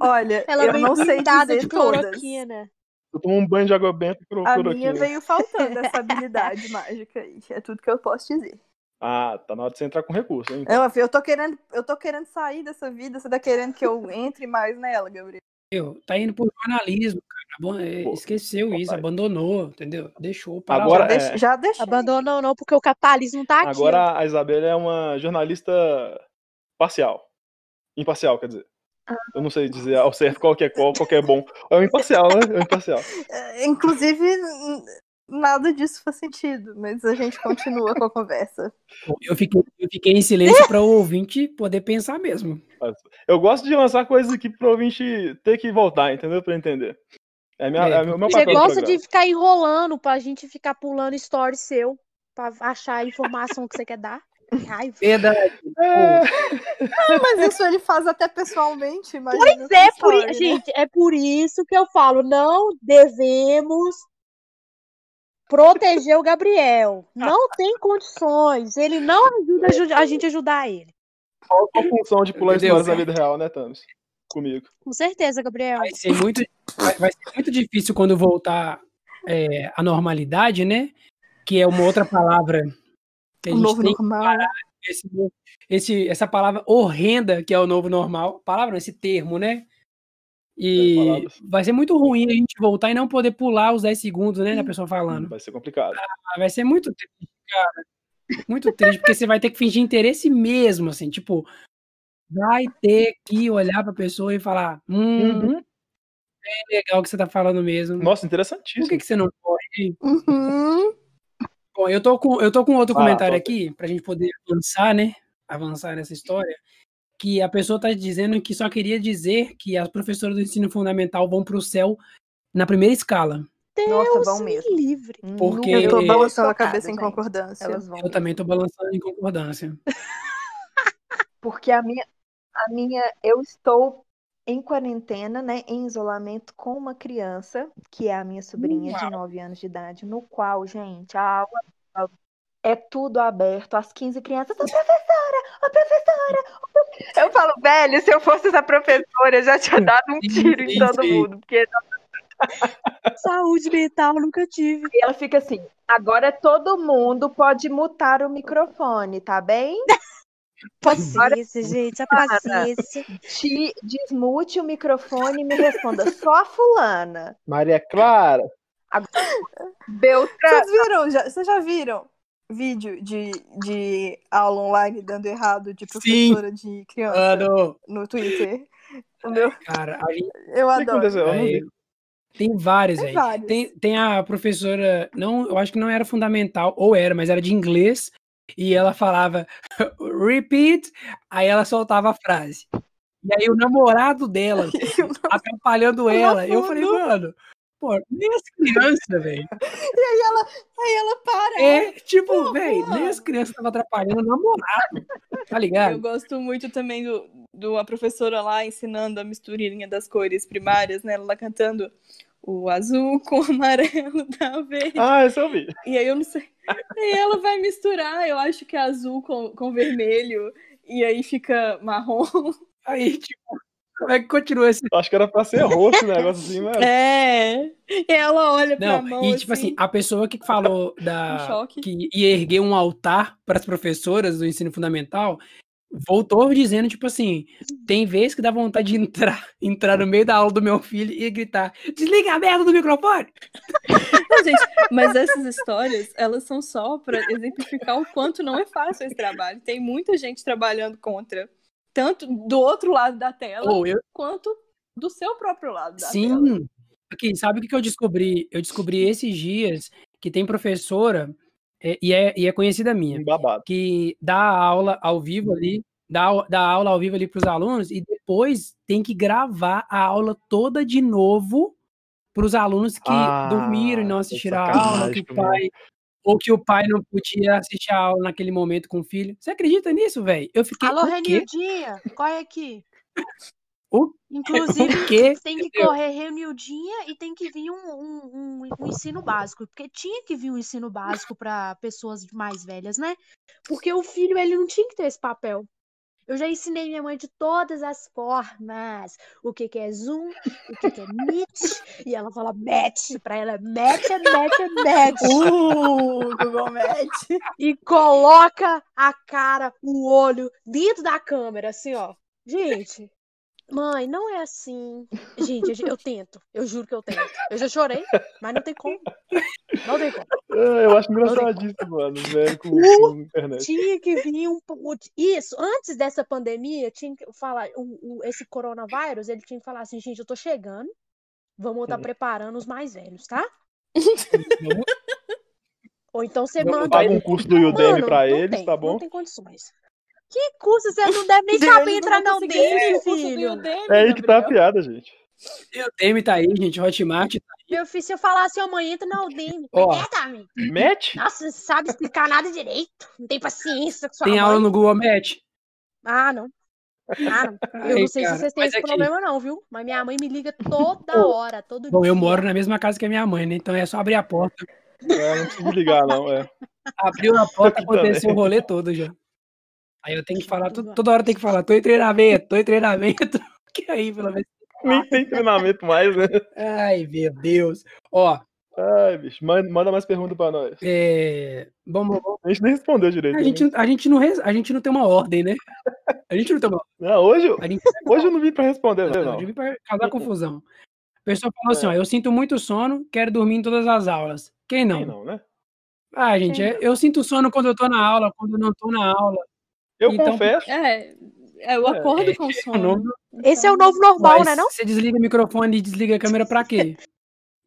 [SPEAKER 1] Olha,
[SPEAKER 5] Ela
[SPEAKER 1] eu
[SPEAKER 5] veio
[SPEAKER 1] não sei
[SPEAKER 5] pintada
[SPEAKER 1] dizer
[SPEAKER 5] de né?
[SPEAKER 1] todas.
[SPEAKER 5] cloroquina.
[SPEAKER 3] Eu tomo um banho de água benta e
[SPEAKER 1] A
[SPEAKER 3] procuro aqui. né?
[SPEAKER 1] minha veio faltando essa habilidade mágica aí. É tudo que eu posso dizer.
[SPEAKER 3] Ah, tá na hora de você entrar com recurso, hein?
[SPEAKER 1] Eu, eu, tô querendo, eu tô querendo sair dessa vida. Você tá querendo que eu entre mais nela, Gabriel?
[SPEAKER 2] Meu, tá indo pro jornalismo, cara. Abo- é,
[SPEAKER 3] Pô,
[SPEAKER 2] Esqueceu isso,
[SPEAKER 3] papai.
[SPEAKER 2] abandonou, entendeu? Deixou para
[SPEAKER 1] Já,
[SPEAKER 3] Agora
[SPEAKER 2] lá.
[SPEAKER 3] é-
[SPEAKER 1] deix- já deixei.
[SPEAKER 5] Abandonou não, porque o capitalismo tá aqui.
[SPEAKER 3] Agora a Isabela é uma jornalista parcial. Imparcial, quer dizer.
[SPEAKER 5] Ah.
[SPEAKER 3] Eu não sei dizer ao certo qual que é qual, qual que é bom. É um imparcial, né? É um imparcial.
[SPEAKER 1] É, Inclusive, n- nada disso faz sentido. Mas a gente continua com a conversa.
[SPEAKER 2] Eu fiquei, eu fiquei em silêncio para o ouvinte poder pensar mesmo.
[SPEAKER 3] Eu gosto de lançar coisas aqui pro ouvinte ter que voltar, entendeu? Pra entender. É, minha, é,
[SPEAKER 2] É.
[SPEAKER 3] meu meu
[SPEAKER 5] Você
[SPEAKER 3] papel no
[SPEAKER 5] gosta
[SPEAKER 3] programa.
[SPEAKER 5] de ficar enrolando pra gente ficar pulando story seu pra achar a informação que você quer dar. Que Raiva.
[SPEAKER 2] Verdade.
[SPEAKER 3] É,
[SPEAKER 1] Mas isso ele faz até pessoalmente, mas.
[SPEAKER 5] Pois é, por,
[SPEAKER 1] né?
[SPEAKER 5] i- gente, é por isso que eu falo, não devemos proteger o Gabriel. Não tem condições. Ele não ajuda a ju- a gente a ajudar ele.
[SPEAKER 3] qual a função de pular
[SPEAKER 2] Meu Deus,
[SPEAKER 3] histórias na
[SPEAKER 2] hein?
[SPEAKER 3] vida real, né, Thames? Comigo.
[SPEAKER 5] Com certeza, Gabriel.
[SPEAKER 2] Vai ser muito, vai, vai ser muito difícil quando voltar é, à normalidade, né? Que é uma outra palavra. Que a
[SPEAKER 1] O
[SPEAKER 2] gente
[SPEAKER 1] novo
[SPEAKER 2] tem
[SPEAKER 1] normal.
[SPEAKER 2] esse, esse- essa palavra horrenda que é o novo normal. Palavra, não, esse termo, né? E
[SPEAKER 3] palavras.
[SPEAKER 2] vai ser muito ruim a gente voltar e não poder pular os 10 segundos, né, da pessoa falando.
[SPEAKER 3] Vai ser complicado.
[SPEAKER 2] Ah, Vai ser muito triste, cara. Muito triste, porque você vai ter que fingir interesse mesmo, assim, tipo, vai ter que olhar pra pessoa e falar,
[SPEAKER 4] Uhum.
[SPEAKER 2] hum, é legal o que você tá falando mesmo.
[SPEAKER 3] Nossa,
[SPEAKER 2] Por
[SPEAKER 3] interessantíssimo.
[SPEAKER 2] que, que você não corre?
[SPEAKER 1] Uhum.
[SPEAKER 2] Bom, eu tô com, eu tô com outro
[SPEAKER 3] Ah,
[SPEAKER 2] comentário
[SPEAKER 3] tá.
[SPEAKER 2] aqui, pra gente poder avançar, né? Avançar nessa história. Que a pessoa tá dizendo que só queria dizer que as professoras do ensino fundamental vão pro céu na primeira escala.
[SPEAKER 5] Deus
[SPEAKER 4] Nossa, vão
[SPEAKER 5] me
[SPEAKER 4] mesmo.
[SPEAKER 5] livre.
[SPEAKER 4] Hum,
[SPEAKER 2] Porque-
[SPEAKER 4] Nunca
[SPEAKER 1] Eu tô
[SPEAKER 4] vi.
[SPEAKER 1] balançando a
[SPEAKER 4] Chocada,
[SPEAKER 1] cabeça em
[SPEAKER 4] gente.
[SPEAKER 1] concordância.
[SPEAKER 4] Elas vão.
[SPEAKER 2] Eu também tô balançando em concordância.
[SPEAKER 4] Porque a minha, a minha, eu estou em quarentena, né, em isolamento com uma criança, que é a minha sobrinha de 9 anos de idade, no qual, gente, a aula é tudo aberto, as 15 crianças, a professora, a professora. a profe-". Eu falo, velho, se eu fosse essa professora, eu já tinha dado um
[SPEAKER 2] Sim,
[SPEAKER 4] tiro em
[SPEAKER 2] sim,
[SPEAKER 4] todo
[SPEAKER 2] sim.
[SPEAKER 4] mundo, porque
[SPEAKER 5] Saúde mental nunca tive.
[SPEAKER 4] E ela fica assim: agora todo mundo pode mutar o microfone, tá bem?
[SPEAKER 5] Paciência, gente, a paciência.
[SPEAKER 4] Te desmute o microfone e me responda só a fulana.
[SPEAKER 3] Maria Clara.
[SPEAKER 4] Beltrana.
[SPEAKER 1] Vocês viram? Já, vocês já viram vídeo de, de aula online dando errado de professora de criança
[SPEAKER 2] Mano,
[SPEAKER 1] no Twitter?
[SPEAKER 2] cara, a gente
[SPEAKER 1] Eu
[SPEAKER 3] O que
[SPEAKER 1] adoro.
[SPEAKER 3] aconteceu? Eu não
[SPEAKER 2] Aí.
[SPEAKER 3] vi.
[SPEAKER 2] É, Tem várias
[SPEAKER 1] Tem
[SPEAKER 2] aí.
[SPEAKER 1] vários.
[SPEAKER 2] Tem, tem a professora, não, eu acho que não era fundamental, ou era, mas era de inglês, e ela falava repeat, aí ela soltava a frase. E aí o namorado dela
[SPEAKER 1] E o namorado
[SPEAKER 2] atrapalhando ela. Eu falei,
[SPEAKER 1] fundo.
[SPEAKER 2] mano, pô, nem as crianças, velho.
[SPEAKER 1] Aí ela, aí ela para.
[SPEAKER 2] É, tipo, velho,
[SPEAKER 1] porra.
[SPEAKER 2] nem as crianças estavam atrapalhando o namorado. Tá
[SPEAKER 1] Eu
[SPEAKER 2] ligado?
[SPEAKER 1] gosto muito também do, do a professora lá ensinando a misturinha das cores primárias, né? Ela lá cantando o azul com o amarelo da verde.
[SPEAKER 3] Ah, essa eu vi.
[SPEAKER 1] E aí eu não sei. E ela vai misturar, eu acho que é azul com, com vermelho. E aí fica marrom.
[SPEAKER 2] Aí, tipo, como é que continua esse.
[SPEAKER 3] Acho que era pra ser roxo o negócio assim, né?
[SPEAKER 1] É. E ela olha pra
[SPEAKER 2] Não,
[SPEAKER 1] mão.
[SPEAKER 2] e tipo assim, a pessoa que falou
[SPEAKER 1] Um
[SPEAKER 2] da
[SPEAKER 1] choque.
[SPEAKER 2] que ia erguer um altar para as professoras do ensino fundamental, voltou dizendo tipo assim, tem vezes que dá vontade de entrar, entrar no meio da aula do meu filho e gritar: "Desliga a merda do microfone".
[SPEAKER 1] Não, gente, mas essas histórias, elas são só pra exemplificar o quanto não é fácil esse trabalho. Tem muita gente trabalhando contra, tanto do outro lado da tela,
[SPEAKER 2] Ou eu
[SPEAKER 1] quanto do seu próprio lado da tela.
[SPEAKER 2] Sim. Aqui, sabe o que que eu descobri? Eu descobri esses dias que tem professora é, e é, e é conhecida minha.
[SPEAKER 3] Um babado.
[SPEAKER 2] que dá aula ao vivo ali, dá, au- dá aula ao vivo ali para os alunos e depois tem que gravar a aula toda de novo para os alunos que
[SPEAKER 3] Ah,
[SPEAKER 2] dormiram e não
[SPEAKER 3] que
[SPEAKER 2] assistiram a
[SPEAKER 3] sacanagem é?
[SPEAKER 2] aula, que o
[SPEAKER 3] comigo.
[SPEAKER 2] pai ou que o pai não podia assistir a aula naquele momento com o filho. Você acredita nisso, velho? Eu fiquei
[SPEAKER 5] Alô,
[SPEAKER 2] o quê?
[SPEAKER 5] Renildinha, corre aqui.
[SPEAKER 2] O-
[SPEAKER 5] Inclusive,
[SPEAKER 2] O quê?
[SPEAKER 5] tem que
[SPEAKER 2] Entendeu?
[SPEAKER 5] correr reunidinha e tem que vir um, um, um, um ensino básico, porque tinha que vir um ensino básico para pessoas mais velhas, né? Porque o filho ele não tinha que ter esse papel. Eu já ensinei minha mãe de todas as formas, o que que é Zoom, o que que é Meet, e ela fala Match, pra ela é Match, é Match, é Match,
[SPEAKER 1] Uh, Google Match.
[SPEAKER 5] e coloca a cara, o olho dentro da câmera, assim, ó. Gente, Mãe, não é assim. Gente, eu ju- eu tento. Eu juro que eu tento. Eu já chorei, mas não tem como. Não tem como.
[SPEAKER 3] Ah, Eu acho engraçadíssimo, mano, velho, com, com internet.
[SPEAKER 5] Tinha que vir um. po- Isso, antes dessa pandemia, tinha que falar. O, o- esse coronavírus, ele tinha que falar assim, gente, eu tô chegando. Vamos estar preparando os mais velhos, tá? Ou então você
[SPEAKER 2] Vamos
[SPEAKER 5] manda.
[SPEAKER 3] Paga um curso do Udemy
[SPEAKER 5] Mano,
[SPEAKER 3] pra
[SPEAKER 5] não
[SPEAKER 3] eles,
[SPEAKER 5] tem,
[SPEAKER 3] tá
[SPEAKER 5] Não
[SPEAKER 3] bom?
[SPEAKER 5] tem condições. Que curso? Você não deve nem saber entrar na UDEM, um filho.
[SPEAKER 3] É aí que tá a piada, gente.
[SPEAKER 2] E o Demi tá aí, gente, Hotmart.
[SPEAKER 5] Meu filho, se eu falar assim, mãe, entra na UDEM.
[SPEAKER 2] Ó.
[SPEAKER 5] É, Dami.
[SPEAKER 3] Match?
[SPEAKER 5] Nossa, não sabe explicar nada direito. Não tem paciência com sua
[SPEAKER 2] Tem
[SPEAKER 5] mãe.
[SPEAKER 2] aula no Google Match.
[SPEAKER 5] Ah, não. Ah, não. Eu
[SPEAKER 2] Ai,
[SPEAKER 5] não sei
[SPEAKER 2] cara,
[SPEAKER 5] se vocês têm
[SPEAKER 2] mas
[SPEAKER 5] esse
[SPEAKER 2] aqui-
[SPEAKER 5] problema, não, viu? Mas minha mãe me liga toda
[SPEAKER 2] Pô,
[SPEAKER 5] hora, todo
[SPEAKER 2] Bom,
[SPEAKER 5] dia.
[SPEAKER 2] eu moro na mesma casa que a minha mãe, né? Então é só abrir a porta.
[SPEAKER 3] É, não preciso ligar, não. É.
[SPEAKER 2] Abriu a porta,
[SPEAKER 3] Também.
[SPEAKER 2] aconteceu o rolê todo já. Aí eu tenho que falar, to- toda hora tem que falar, tô em treinamento, tô em treinamento. Que aí, pelo menos.
[SPEAKER 3] Nem tem treinamento mais, né?
[SPEAKER 2] Ai, meu Deus. Ó,
[SPEAKER 3] Ai, bicho, man- manda mais pergunta pra nós.
[SPEAKER 2] É, bom, bom,
[SPEAKER 3] A gente nem respondeu direito. né?
[SPEAKER 2] a gente, a, gente não, res- a gente não tem uma ordem, né? A gente não tem uma
[SPEAKER 3] Não, hoje, eu-
[SPEAKER 2] ordem. a gente-
[SPEAKER 3] hoje eu não vim pra responder, não.
[SPEAKER 2] Eu vim pra causar confusão. O pessoal falou assim:
[SPEAKER 3] É.
[SPEAKER 2] ó, eu sinto muito sono, quero dormir em todas as aulas. Quem não?
[SPEAKER 3] Quem não, né?
[SPEAKER 2] Ah, gente,
[SPEAKER 4] Quem
[SPEAKER 2] é- eu sinto sono quando eu tô na aula, quando eu não tô na aula.
[SPEAKER 3] Eu
[SPEAKER 2] Então-
[SPEAKER 3] confesso.
[SPEAKER 1] É, é o
[SPEAKER 3] É,
[SPEAKER 1] acordo
[SPEAKER 2] é,
[SPEAKER 1] com o
[SPEAKER 2] O nome
[SPEAKER 1] sono.
[SPEAKER 2] do-
[SPEAKER 5] Esse é o novo normal,
[SPEAKER 2] mas
[SPEAKER 5] né? Não?
[SPEAKER 2] Você desliga o microfone e desliga a câmera pra quê?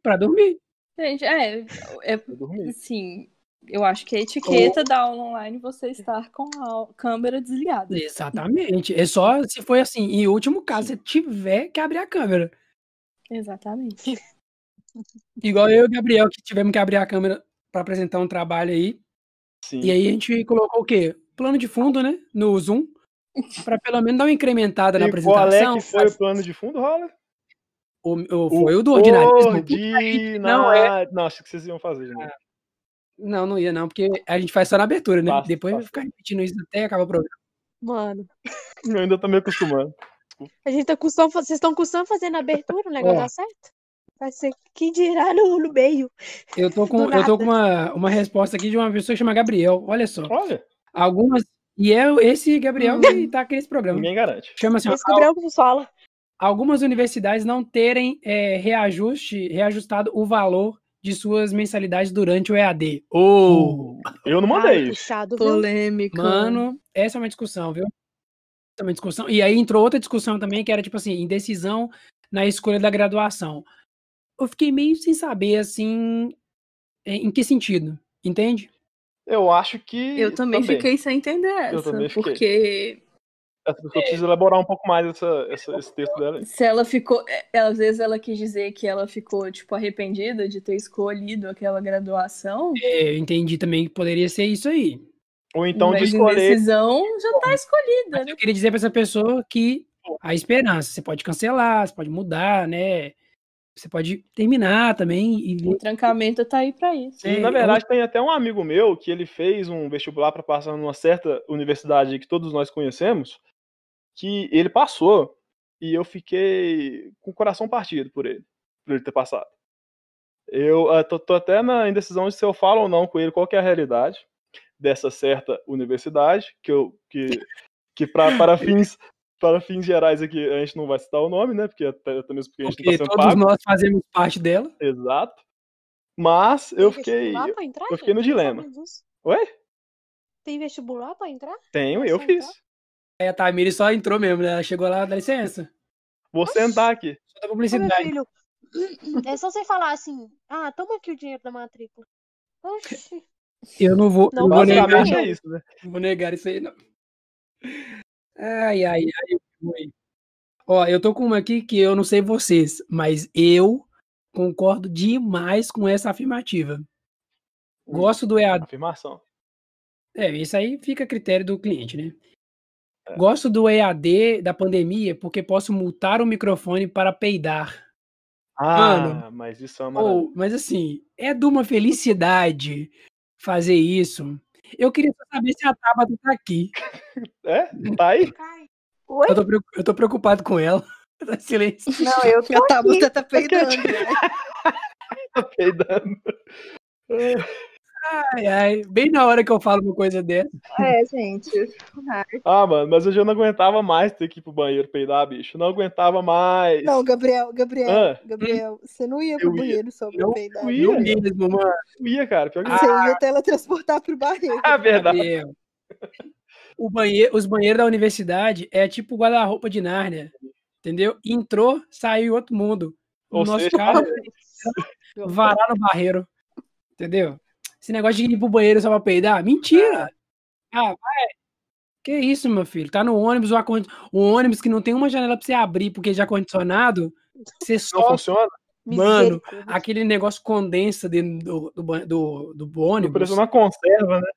[SPEAKER 2] pra dormir.
[SPEAKER 1] Gente, é, é
[SPEAKER 3] Eu dormi.
[SPEAKER 1] assim, eu acho que a etiqueta da aula online é você estar com a au- câmera desligada.
[SPEAKER 2] Exatamente. É só se foi assim, em último caso, você tiver que abrir a câmera.
[SPEAKER 1] Exatamente.
[SPEAKER 2] Igual eu e o Gabriel, que tivemos que abrir a câmera pra apresentar um trabalho aí.
[SPEAKER 3] Sim.
[SPEAKER 2] E aí a gente colocou o quê? Plano de fundo, né? No Zoom. Pra pelo menos dar uma incrementada na
[SPEAKER 3] E qual é
[SPEAKER 2] apresentação.
[SPEAKER 3] que foi o plano de fundo, Rola?
[SPEAKER 2] O, o- foi o do ordinarismo. não é.
[SPEAKER 3] Não, acho que vocês iam fazer, gente.
[SPEAKER 2] Não, não ia não, porque a gente faz só na abertura, né?
[SPEAKER 3] Passa,
[SPEAKER 2] Depois vai
[SPEAKER 3] passa.
[SPEAKER 2] ficar repetindo isso até acabar o programa.
[SPEAKER 5] Mano,
[SPEAKER 3] Eu ainda tô me acostumando.
[SPEAKER 5] a gente tá custando, vocês estão custando fazer na abertura, o negócio
[SPEAKER 2] Ó.
[SPEAKER 5] dá certo? Vai ser que dirá no, no meio.
[SPEAKER 2] Eu tô com,
[SPEAKER 5] Do
[SPEAKER 2] eu tô
[SPEAKER 5] nada.
[SPEAKER 2] com uma, uma resposta aqui de uma pessoa que chama Gabriel. Olha só.
[SPEAKER 3] Olha,
[SPEAKER 2] Algumas. E é esse Gabriel que tá aqui nesse programa.
[SPEAKER 3] ninguém garante.
[SPEAKER 2] Chama assim, ó,
[SPEAKER 5] Esse Gabriel que nos fala.
[SPEAKER 2] algumas universidades não terem eh, reajuste, reajustado o valor de suas mensalidades durante o EAD. Ô,
[SPEAKER 3] Eu não
[SPEAKER 5] Ai,
[SPEAKER 3] mandei isso.
[SPEAKER 5] puxado, viu?
[SPEAKER 1] Polêmica.
[SPEAKER 2] mano, essa é uma discussão, viu? Essa é uma discussão. E aí entrou outra discussão também, que era tipo assim, indecisão na escolha da graduação. Eu fiquei meio sem saber, assim, em em que sentido, entende?
[SPEAKER 3] Eu acho que.
[SPEAKER 1] Eu também, fiquei sem entender essa.
[SPEAKER 3] Eu também fiquei.
[SPEAKER 1] Porque
[SPEAKER 3] Essa pessoa precisa elaborar um pouco mais essa, essa- esse texto dela. aí.
[SPEAKER 1] se ela ficou. é, ela- às vezes ela quis dizer que ela ficou, tipo, arrependida de ter escolhido aquela graduação.
[SPEAKER 2] É, Eu entendi também que poderia ser isso aí.
[SPEAKER 3] Ou então de
[SPEAKER 1] mas
[SPEAKER 3] escolher.
[SPEAKER 1] indecisão já tá escolhida,
[SPEAKER 2] Mas
[SPEAKER 1] né?
[SPEAKER 2] eu queria dizer para essa pessoa que a esperança, você pode cancelar, você pode mudar, né? Você pode terminar também e
[SPEAKER 1] O trancamento tá aí pra isso.
[SPEAKER 3] Sim, na
[SPEAKER 2] É,
[SPEAKER 3] verdade, tem até um amigo meu que ele fez um vestibular para passar numa certa universidade que todos nós conhecemos, que ele passou e eu fiquei com o coração partido por ele, por ele ter passado. Eu ah, tô, tô até na indecisão de se eu falo ou não com ele qual que é a realidade dessa certa universidade, que eu que, que pra, para fins para fins gerais aqui a gente não vai citar o nome, né? Porque até, até mesmo porque a gente
[SPEAKER 2] porque
[SPEAKER 3] não tá
[SPEAKER 2] todos
[SPEAKER 3] sendo pago.
[SPEAKER 2] nós fazemos parte dela.
[SPEAKER 3] Exato. Mas eu
[SPEAKER 5] Tem
[SPEAKER 3] fiquei
[SPEAKER 5] vestibular pra entrar,
[SPEAKER 3] eu fiquei no
[SPEAKER 5] gente? Não
[SPEAKER 3] dilema.
[SPEAKER 5] sabia disso.
[SPEAKER 3] Oi?
[SPEAKER 5] Tem vestibular pra entrar?
[SPEAKER 3] Tenho,
[SPEAKER 5] Posso
[SPEAKER 6] Então tá.
[SPEAKER 3] eu
[SPEAKER 5] entrar?
[SPEAKER 3] fiz.
[SPEAKER 2] Aí a Tamiri só entrou mesmo, né? Ela chegou lá, dá licença.
[SPEAKER 3] Vou sentar aqui.
[SPEAKER 2] Só da
[SPEAKER 5] Ô, meu
[SPEAKER 2] publicidade.
[SPEAKER 5] filho, é só você falar assim, ah, toma aqui o dinheiro da matrícula. Oxi,
[SPEAKER 2] Eu não vou,
[SPEAKER 5] Não,
[SPEAKER 2] não vou, negar,
[SPEAKER 3] Basicamente
[SPEAKER 5] negar.
[SPEAKER 3] é isso, né?
[SPEAKER 2] não vou negar isso aí, não. Ai, ai, ai. ui. Ó, eu tô com uma aqui que eu não sei vocês, mas eu concordo demais com essa afirmativa.
[SPEAKER 3] Hum.
[SPEAKER 2] Gosto do EAD.
[SPEAKER 3] Afirmação.
[SPEAKER 2] É, isso aí fica a critério do cliente, né?
[SPEAKER 3] É.
[SPEAKER 2] Gosto do EAD da pandemia porque posso multar o microfone para peidar.
[SPEAKER 3] Ah, mas isso é uma maravilha.
[SPEAKER 2] Ou, mas assim, é de uma felicidade fazer isso. Eu queria só saber se a Tabata tá aqui.
[SPEAKER 3] É? Tá aí?
[SPEAKER 5] cai.
[SPEAKER 4] Oi?
[SPEAKER 2] Eu tô, preo- eu tô preocupado com ela. Tá em silêncio.
[SPEAKER 4] Não, eu tô
[SPEAKER 1] A Tabata
[SPEAKER 4] aqui.
[SPEAKER 1] tá peidando.
[SPEAKER 3] Tá peidando.
[SPEAKER 2] Ai, ai. Bem na hora que eu falo uma coisa dessa.
[SPEAKER 4] É, gente.
[SPEAKER 3] Ah, mano, mas eu já não aguentava mais ter que ir pro banheiro peidar, bicho. Não aguentava mais.
[SPEAKER 6] Não, Gabriel, Gabriel,
[SPEAKER 3] Ah.
[SPEAKER 6] Gabriel, você não ia pro
[SPEAKER 3] Eu ia.
[SPEAKER 6] banheiro só pra
[SPEAKER 2] Eu
[SPEAKER 6] peidar.
[SPEAKER 3] Eu ia,
[SPEAKER 2] Eu mesmo, mano.
[SPEAKER 3] eu ia, cara. Pior que
[SPEAKER 6] Você ia teletransportar pro barreiro.
[SPEAKER 3] Ah, verdade.
[SPEAKER 2] Gabriel. O banheiro, os banheiros da universidade é tipo guarda-roupa de Nárnia, entendeu? Entrou, saiu outro mundo. O
[SPEAKER 3] Ou
[SPEAKER 2] nosso
[SPEAKER 3] seja-
[SPEAKER 2] caso, varar no barreiro, entendeu? Esse negócio de ir pro banheiro só pra peidar, mentira!
[SPEAKER 3] É.
[SPEAKER 2] Ah, vai. Que isso, meu filho? Tá no ônibus, o, acon- o ônibus que não tem uma janela pra você abrir porque já é condicionado, você
[SPEAKER 3] Não
[SPEAKER 2] só
[SPEAKER 3] funciona?
[SPEAKER 2] Mano,
[SPEAKER 5] Misericórdia.
[SPEAKER 2] aquele negócio condensa dentro do, do, ban- do, do
[SPEAKER 3] Eu
[SPEAKER 2] ônibus.
[SPEAKER 3] pareço é uma conserva, né?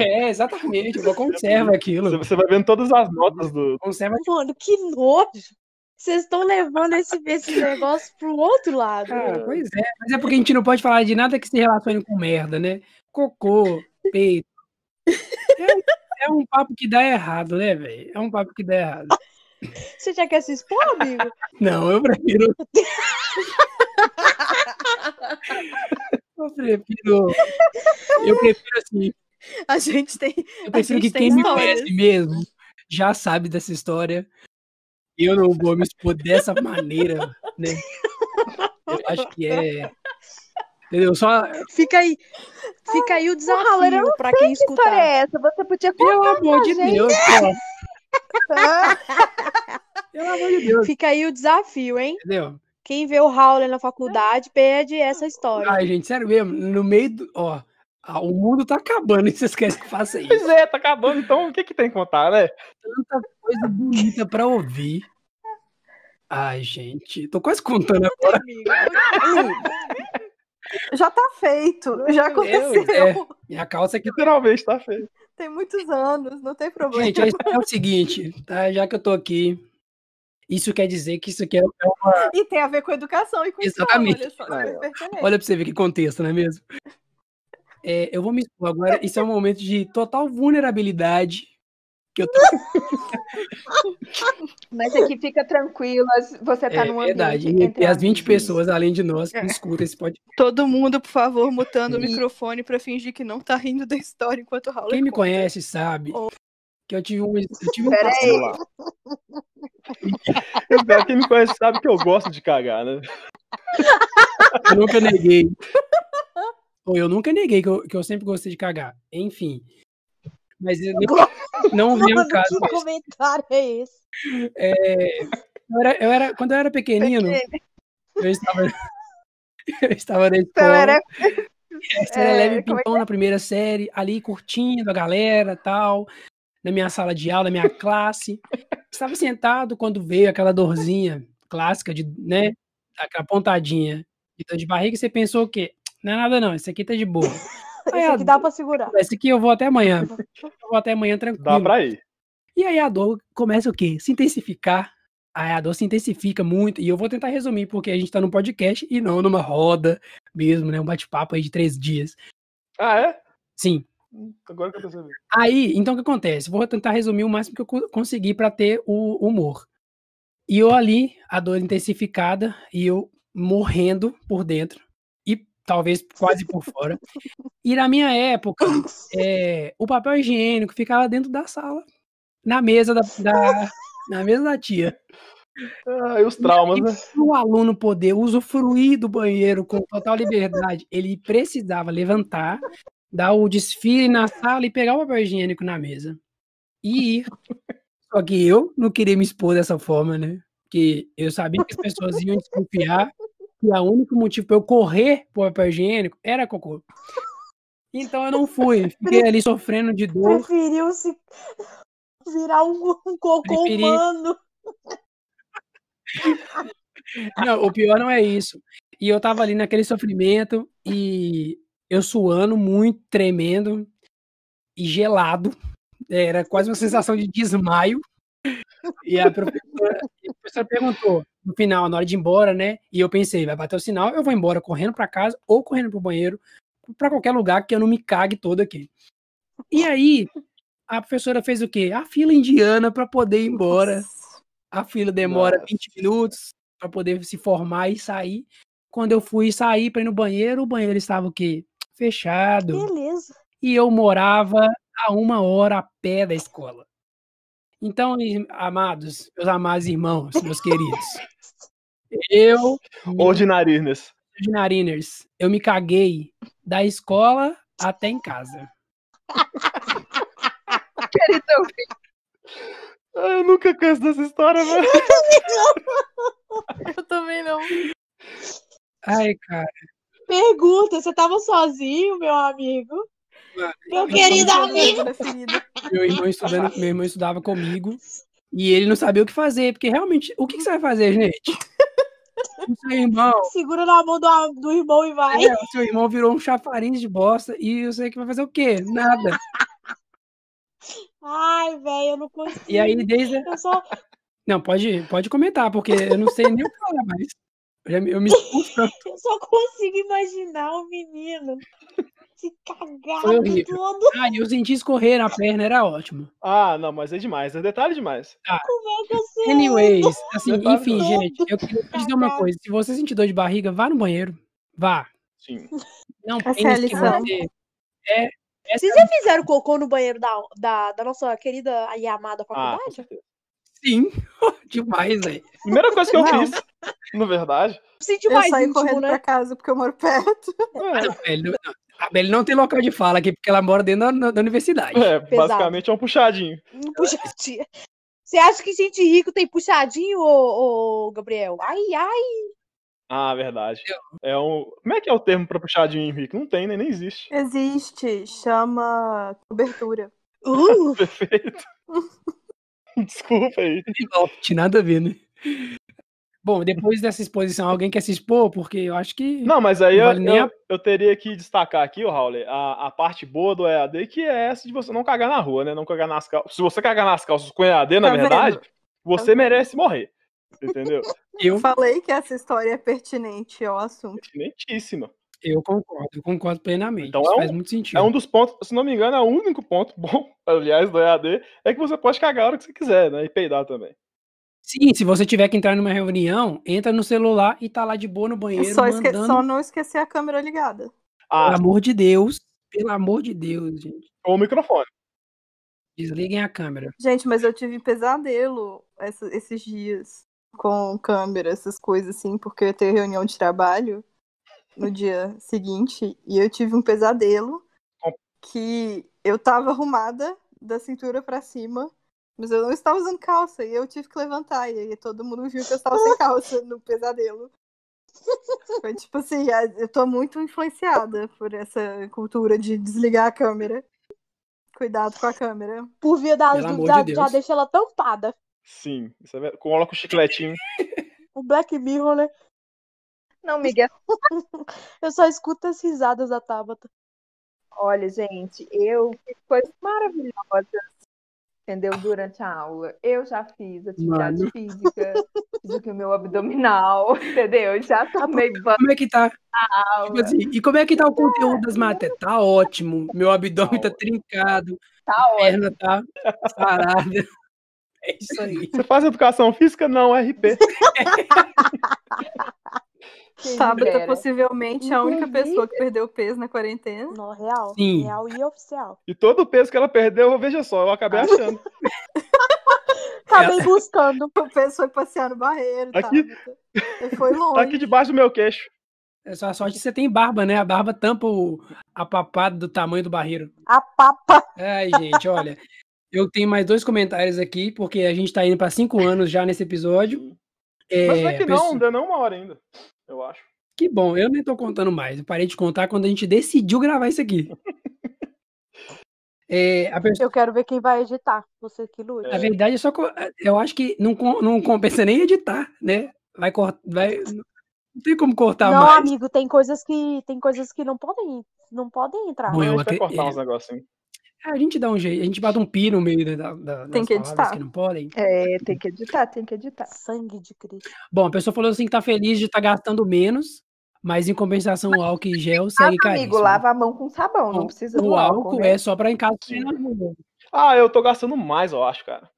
[SPEAKER 2] É, exatamente. Igual conserva
[SPEAKER 3] Você-
[SPEAKER 2] aquilo.
[SPEAKER 3] Você vai vendo todas as notas do.
[SPEAKER 2] Conserva
[SPEAKER 5] Mano, que nojo. Vocês estão levando esse, esse negócio pro outro lado.
[SPEAKER 2] Cara, pois é. Mas é porque a gente não pode falar de nada que se relacione com merda, né? Cocô, peito. É um, é um papo que dá errado, né, velho? É um papo que dá errado.
[SPEAKER 5] Você já quer se expor, amigo?
[SPEAKER 2] Não, eu prefiro. Eu prefiro. Eu prefiro assim.
[SPEAKER 1] A gente tem.
[SPEAKER 2] Eu prefiro
[SPEAKER 1] gente
[SPEAKER 2] que
[SPEAKER 1] tem
[SPEAKER 2] quem me
[SPEAKER 1] histórias.
[SPEAKER 2] conhece mesmo já sabe dessa história. Eu não vou me expor dessa maneira, né? Eu acho que é. Entendeu? Só.
[SPEAKER 7] Fica aí. Fica aí o
[SPEAKER 4] Raulero,
[SPEAKER 7] desafio pra quem
[SPEAKER 4] Que história
[SPEAKER 7] escutar.
[SPEAKER 4] é essa? Você podia
[SPEAKER 2] Pelo
[SPEAKER 4] contar
[SPEAKER 2] amor
[SPEAKER 4] pra
[SPEAKER 2] de
[SPEAKER 4] gente.
[SPEAKER 2] Deus, cara.
[SPEAKER 6] Ah,
[SPEAKER 2] Pelo amor de Deus,
[SPEAKER 7] Fica aí o desafio, hein?
[SPEAKER 2] entendeu?
[SPEAKER 7] Quem vê o Howler na faculdade perde essa história.
[SPEAKER 2] Ai, gente, sério mesmo, no meio do. Ó, ah, o mundo tá acabando e vocês querem que eu faça isso.
[SPEAKER 3] Pois é, tá acabando, então o que que tem que contar, né?
[SPEAKER 2] tanta coisa bonita pra ouvir. Ai, gente, tô quase contando agora.
[SPEAKER 6] já tá feito. Já aconteceu.
[SPEAKER 2] é. Minha calça aqui.
[SPEAKER 3] Literalmente, tá feio.
[SPEAKER 6] Tem muitos anos, não tem problema.
[SPEAKER 2] Gente, a história é o seguinte, tá? Já que eu tô aqui, isso quer dizer que isso aqui é.
[SPEAKER 6] E tem a ver com educação e com
[SPEAKER 2] Exatamente.
[SPEAKER 6] escola, olha só, super pertinente.
[SPEAKER 2] Olha pra você ver que contexto, não é mesmo? É, eu vou me expor agora. Isso é um momento de total vulnerabilidade. Que eu tô.
[SPEAKER 4] Mas aqui fica tranquilo, as- você
[SPEAKER 2] é
[SPEAKER 4] tá num
[SPEAKER 2] verdade.
[SPEAKER 4] ambiente
[SPEAKER 2] E
[SPEAKER 4] entre né? É.
[SPEAKER 2] as 20
[SPEAKER 4] amigos.
[SPEAKER 2] pessoas, além de nós, que escutam esse podcast.
[SPEAKER 1] Todo mundo, por favor, mutando o
[SPEAKER 2] Sim.
[SPEAKER 1] microfone pra fingir que não tá rindo da história enquanto o Raul.
[SPEAKER 2] Quem me conhece sabe que eu tive um. Eu tive um
[SPEAKER 4] Pera
[SPEAKER 2] passado-
[SPEAKER 3] Vamos lá. Eu quero- Quem me conhece sabe que eu gosto de cagar, né?
[SPEAKER 2] Eu nunca neguei. Ou eu nunca neguei que eu, que eu sempre gostei de cagar. Enfim. Mas eu não, não vem ao
[SPEAKER 7] Mano,
[SPEAKER 2] caso.
[SPEAKER 7] que comentário é esse?
[SPEAKER 2] Eu era, eu era- quando eu era pequenino, eu estava, eu estava na
[SPEAKER 4] Então
[SPEAKER 2] escola.
[SPEAKER 4] era
[SPEAKER 2] Era leve
[SPEAKER 4] é, como é
[SPEAKER 2] pimpão na primeira série, ali curtindo a galera tal, na minha sala de aula, na minha classe. Estava sentado quando veio aquela dorzinha clássica de, né, aquela pontadinha de dor de barriga, e você pensou o quê? Não é nada não, isso aqui tá de boa. Aí
[SPEAKER 7] Esse
[SPEAKER 2] a
[SPEAKER 7] aqui dá pra segurar.
[SPEAKER 2] Esse aqui eu vou até amanhã. Eu vou até amanhã
[SPEAKER 3] Dá
[SPEAKER 2] tranquilo.
[SPEAKER 3] pra ir.
[SPEAKER 2] E aí a dor começa o quê? Se intensificar. Aí a dor se intensifica muito. E eu vou tentar resumir, porque a gente tá num podcast e não numa roda mesmo, né? Um bate-papo aí de três dias.
[SPEAKER 3] Ah, é?
[SPEAKER 2] Sim.
[SPEAKER 3] Hum, Agora que eu percebi.
[SPEAKER 2] Aí, então o que acontece? Vou tentar resumir o máximo que eu co- conseguir para ter o humor. E eu ali, a dor intensificada, e eu morrendo por dentro, e talvez quase por fora. E na minha época, é, o papel higiênico ficava dentro da sala, na mesa da, da- na mesa da tia.
[SPEAKER 3] Ah, e os traumas, né?
[SPEAKER 2] Para o aluno poder usufruir do banheiro com total liberdade, ele precisava levantar, dar o desfile na sala e pegar o papel higiênico na mesa. E ir. Só que eu não queria me expor dessa forma, né? Porque eu sabia que as pessoas iam desconfiar que o único motivo para eu correr pro papel higiênico era cocô. Então eu não fui. Fiquei ali sofrendo de dor.
[SPEAKER 7] Preferiu se virar um, um cocô
[SPEAKER 2] Preferi-
[SPEAKER 7] humano.
[SPEAKER 2] Não, o pior não é isso. E eu tava ali naquele sofrimento e eu suando muito, tremendo e gelado. Era quase uma sensação de desmaio. E a professora, e a professora perguntou no final, na hora de ir embora, né? E eu pensei, vai bater o sinal, eu vou embora correndo pra casa ou correndo pro banheiro, pra qualquer lugar que eu não me cague todo aqui. E aí, a professora fez o quê? A fila indiana pra poder ir embora. A fila demora
[SPEAKER 3] Nossa.
[SPEAKER 2] 20 minutos para poder se formar e sair. Quando eu fui sair para ir no banheiro, o banheiro estava o quê? Fechado.
[SPEAKER 5] Hum.
[SPEAKER 7] Beleza.
[SPEAKER 2] E eu morava a uma hora a pé da escola. Então, ir- amados, meus amados irmãos, meus queridos, eu,
[SPEAKER 3] Ordinariness.
[SPEAKER 2] de nariners, eu me caguei da escola até em casa.
[SPEAKER 3] Ah, eu nunca canso dessa história, velho.
[SPEAKER 1] Eu também não.
[SPEAKER 2] Ai, cara,
[SPEAKER 7] Pergunta, você tava sozinho, meu amigo? Meu querido amigo!
[SPEAKER 2] meu irmão, estudando, meu irmão estudava comigo e ele não sabia o que fazer, porque realmente, o que, que você vai fazer, gente? O seu irmão
[SPEAKER 7] Segura na mão do, a- do irmão e vai.
[SPEAKER 2] É, o seu irmão virou um chafariz de bosta e eu sei que vai fazer o quê? Nada.
[SPEAKER 7] Ai, velho, eu não consigo.
[SPEAKER 2] E aí, desde. a-
[SPEAKER 7] Eu só.
[SPEAKER 2] Não, pode, pode comentar, porque eu não sei nem o que falar mais. Eu, já me- eu me expus tanto.
[SPEAKER 7] Eu só consigo imaginar o menino se
[SPEAKER 2] Foi
[SPEAKER 7] cagado
[SPEAKER 2] horrível.
[SPEAKER 7] todo.
[SPEAKER 2] Ah, eu senti escorrer na perna, era ótimo.
[SPEAKER 3] Ah, não, mas é demais, é detalhe demais.
[SPEAKER 7] Como é que você
[SPEAKER 2] Anyways, assim,
[SPEAKER 3] Detalhe
[SPEAKER 2] enfim,
[SPEAKER 7] todo.
[SPEAKER 2] gente, eu queria dizer uma coisa. Se você sentir dor de barriga, vá no banheiro. Vá.
[SPEAKER 3] Sim.
[SPEAKER 2] Não,
[SPEAKER 1] Essa é a
[SPEAKER 2] pênis que
[SPEAKER 1] lição.
[SPEAKER 2] você. É, essa-
[SPEAKER 5] Vocês já fizeram cocô no banheiro da, da, da nossa querida e amada
[SPEAKER 3] Ah, com
[SPEAKER 5] faculdade?
[SPEAKER 3] certeza.
[SPEAKER 2] Sim, demais, velho.
[SPEAKER 3] Primeira coisa que eu
[SPEAKER 1] Não.
[SPEAKER 3] fiz, na verdade.
[SPEAKER 5] Senti
[SPEAKER 1] Eu
[SPEAKER 5] mais
[SPEAKER 1] saí
[SPEAKER 5] íntimo,
[SPEAKER 1] correndo
[SPEAKER 5] né?
[SPEAKER 1] pra casa porque eu moro perto.
[SPEAKER 3] É.
[SPEAKER 2] Ah, não, velho, não. A Beli não tem local de fala aqui, porque ela mora dentro da, da- da universidade.
[SPEAKER 3] É, basicamente é um puxadinho.
[SPEAKER 5] Um puxadinho. Você acha que gente rico tem puxadinho, ô, ô, Gabriel? Ai, ai.
[SPEAKER 3] Ah, verdade. É um... Como é que é o termo pra puxadinho, Henrique? Não tem, né? Nem existe.
[SPEAKER 1] Existe, chama cobertura.
[SPEAKER 5] Uh,
[SPEAKER 3] Perfeito. Desculpa aí.
[SPEAKER 2] Tinha nada a ver, né? Bom, depois dessa exposição, alguém quer se expor? Porque eu acho que.
[SPEAKER 3] Não, mas aí
[SPEAKER 2] Não
[SPEAKER 3] eu,
[SPEAKER 2] vale nem
[SPEAKER 3] eu-
[SPEAKER 2] a-
[SPEAKER 3] eu teria que destacar aqui, o Raul, a, a parte boa do EAD, que é essa de você não cagar na rua, né? Não cagar nas calças. Se você cagar nas calças com EAD, na
[SPEAKER 1] Tá
[SPEAKER 3] verdade,
[SPEAKER 1] vendo?
[SPEAKER 2] Tá
[SPEAKER 3] você merece morrer. Entendeu?
[SPEAKER 2] Eu,
[SPEAKER 1] Falei que essa história é pertinente ao assunto.
[SPEAKER 3] Pertinentíssima.
[SPEAKER 2] eu concordo, eu concordo plenamente.
[SPEAKER 3] Então é
[SPEAKER 2] Isso
[SPEAKER 3] um-
[SPEAKER 2] faz muito sentido.
[SPEAKER 3] É um dos pontos, se não me engano, é o único ponto bom, aliás, do EAD, é que você pode cagar a hora que você quiser, né? E peidar também.
[SPEAKER 2] Sim, se você tiver que entrar numa reunião, entra no celular e tá lá de boa no
[SPEAKER 3] É
[SPEAKER 1] E
[SPEAKER 2] banheiro,
[SPEAKER 1] só, esque-
[SPEAKER 2] mandando,
[SPEAKER 1] só não esquecer a câmera ligada.
[SPEAKER 3] Ah,
[SPEAKER 2] pelo amor de Deus, pelo amor de Deus, gente.
[SPEAKER 3] ou o microfone.
[SPEAKER 2] Desliguem a câmera.
[SPEAKER 1] Gente, mas eu tive pesadelo essa- esses dias com câmera, essas coisas assim, porque eu ia ter reunião de trabalho no dia seguinte e eu tive um pesadelo
[SPEAKER 3] Com-
[SPEAKER 1] que eu tava arrumada da cintura pra cima, mas eu não estava usando calça e eu tive que levantar e aí todo mundo viu que eu estava sem calça no pesadelo. Foi tipo assim, a- eu tô muito influenciada por essa cultura de desligar a câmera. Cuidado com a câmera.
[SPEAKER 5] por via das
[SPEAKER 2] Pelo
[SPEAKER 5] dúvidas,
[SPEAKER 2] amor de
[SPEAKER 5] já, já
[SPEAKER 2] Deus.
[SPEAKER 5] deixa ela tampada.
[SPEAKER 3] Sim, isso é verdade. Coloca o chicletinho.
[SPEAKER 5] O Black Mirror, né?
[SPEAKER 4] Não, Miguel.
[SPEAKER 5] Eu só escuto as risadas da Tabata.
[SPEAKER 4] Olha, gente, eu fiz coisas maravilhosas, entendeu? Durante a aula. Eu já fiz atividade
[SPEAKER 2] Mano.
[SPEAKER 4] física, fiz aqui o meu abdominal, entendeu? Eu Já tomei banho
[SPEAKER 2] Como é que tá?
[SPEAKER 4] na
[SPEAKER 2] Tipo
[SPEAKER 4] aula.
[SPEAKER 2] assim, e como é que tá o conteúdo das matérias? Tá ótimo. Meu abdômen tá trincado,
[SPEAKER 4] Tá
[SPEAKER 2] a perna tá sarada. É isso aí.
[SPEAKER 3] Você faz educação física? Não, RP.
[SPEAKER 4] Quem
[SPEAKER 1] Tabata
[SPEAKER 4] dera.
[SPEAKER 1] possivelmente é a única
[SPEAKER 5] Inclusive-
[SPEAKER 1] pessoa que perdeu peso na quarentena.
[SPEAKER 5] No real.
[SPEAKER 2] Sim.
[SPEAKER 5] Real e oficial.
[SPEAKER 3] E todo o peso que ela perdeu, veja só, eu
[SPEAKER 2] Ah,
[SPEAKER 3] acabei achando.
[SPEAKER 2] É
[SPEAKER 5] Acabei Tá buscando.
[SPEAKER 1] O peso foi passear no barreiro,
[SPEAKER 3] Aqui.
[SPEAKER 1] Tabata. E foi
[SPEAKER 3] Tá aqui
[SPEAKER 1] longe.
[SPEAKER 3] debaixo do meu queixo.
[SPEAKER 2] É só a sorte que você tem barba, né? A barba tampa o, a papada do tamanho do barreiro.
[SPEAKER 5] A papa.
[SPEAKER 2] Ai, gente, olha. Eu tenho mais dois comentários aqui, porque a gente tá indo pra cinco anos já nesse episódio. É,
[SPEAKER 3] Mas não é que
[SPEAKER 2] pessoa-
[SPEAKER 3] não, deu nem uma hora ainda, eu acho.
[SPEAKER 2] Que bom, eu nem tô contando mais. Eu parei de contar quando a gente decidiu gravar isso aqui. É, a pessoa-
[SPEAKER 5] Eu quero ver quem vai editar. Você que lute.
[SPEAKER 2] na verdade, é só co- eu acho que não, co- não compensa nem editar, né? Vai cortar. Vai, não tem como cortar
[SPEAKER 5] não,
[SPEAKER 2] mais.
[SPEAKER 5] amigo, tem coisas que tem coisas que não podem não podem entrar.
[SPEAKER 2] Bom,
[SPEAKER 3] a
[SPEAKER 2] eu
[SPEAKER 3] gente vai
[SPEAKER 2] até-
[SPEAKER 3] cortar
[SPEAKER 2] é.
[SPEAKER 3] uns negocinhos.
[SPEAKER 2] A gente dá um jeito, a gente bate um pi no meio da, da, das
[SPEAKER 1] Tem que
[SPEAKER 2] palavras
[SPEAKER 1] editar.
[SPEAKER 2] que não podem.
[SPEAKER 4] É, tem que editar, tem que editar.
[SPEAKER 5] Sangue de Cristo.
[SPEAKER 2] Bom, a pessoa falou assim que tá feliz de estar gastando menos, mas em compensação o álcool e gel segue
[SPEAKER 4] Ah,
[SPEAKER 2] caríssimo.
[SPEAKER 4] amigo, lava a mão com sabão, não
[SPEAKER 2] Bom,
[SPEAKER 4] precisa do
[SPEAKER 2] o álcool,
[SPEAKER 4] álcool, né?
[SPEAKER 2] é só pra em casa
[SPEAKER 3] Sim.
[SPEAKER 2] treinar rua.
[SPEAKER 3] Ah, eu tô gastando mais, eu acho, cara.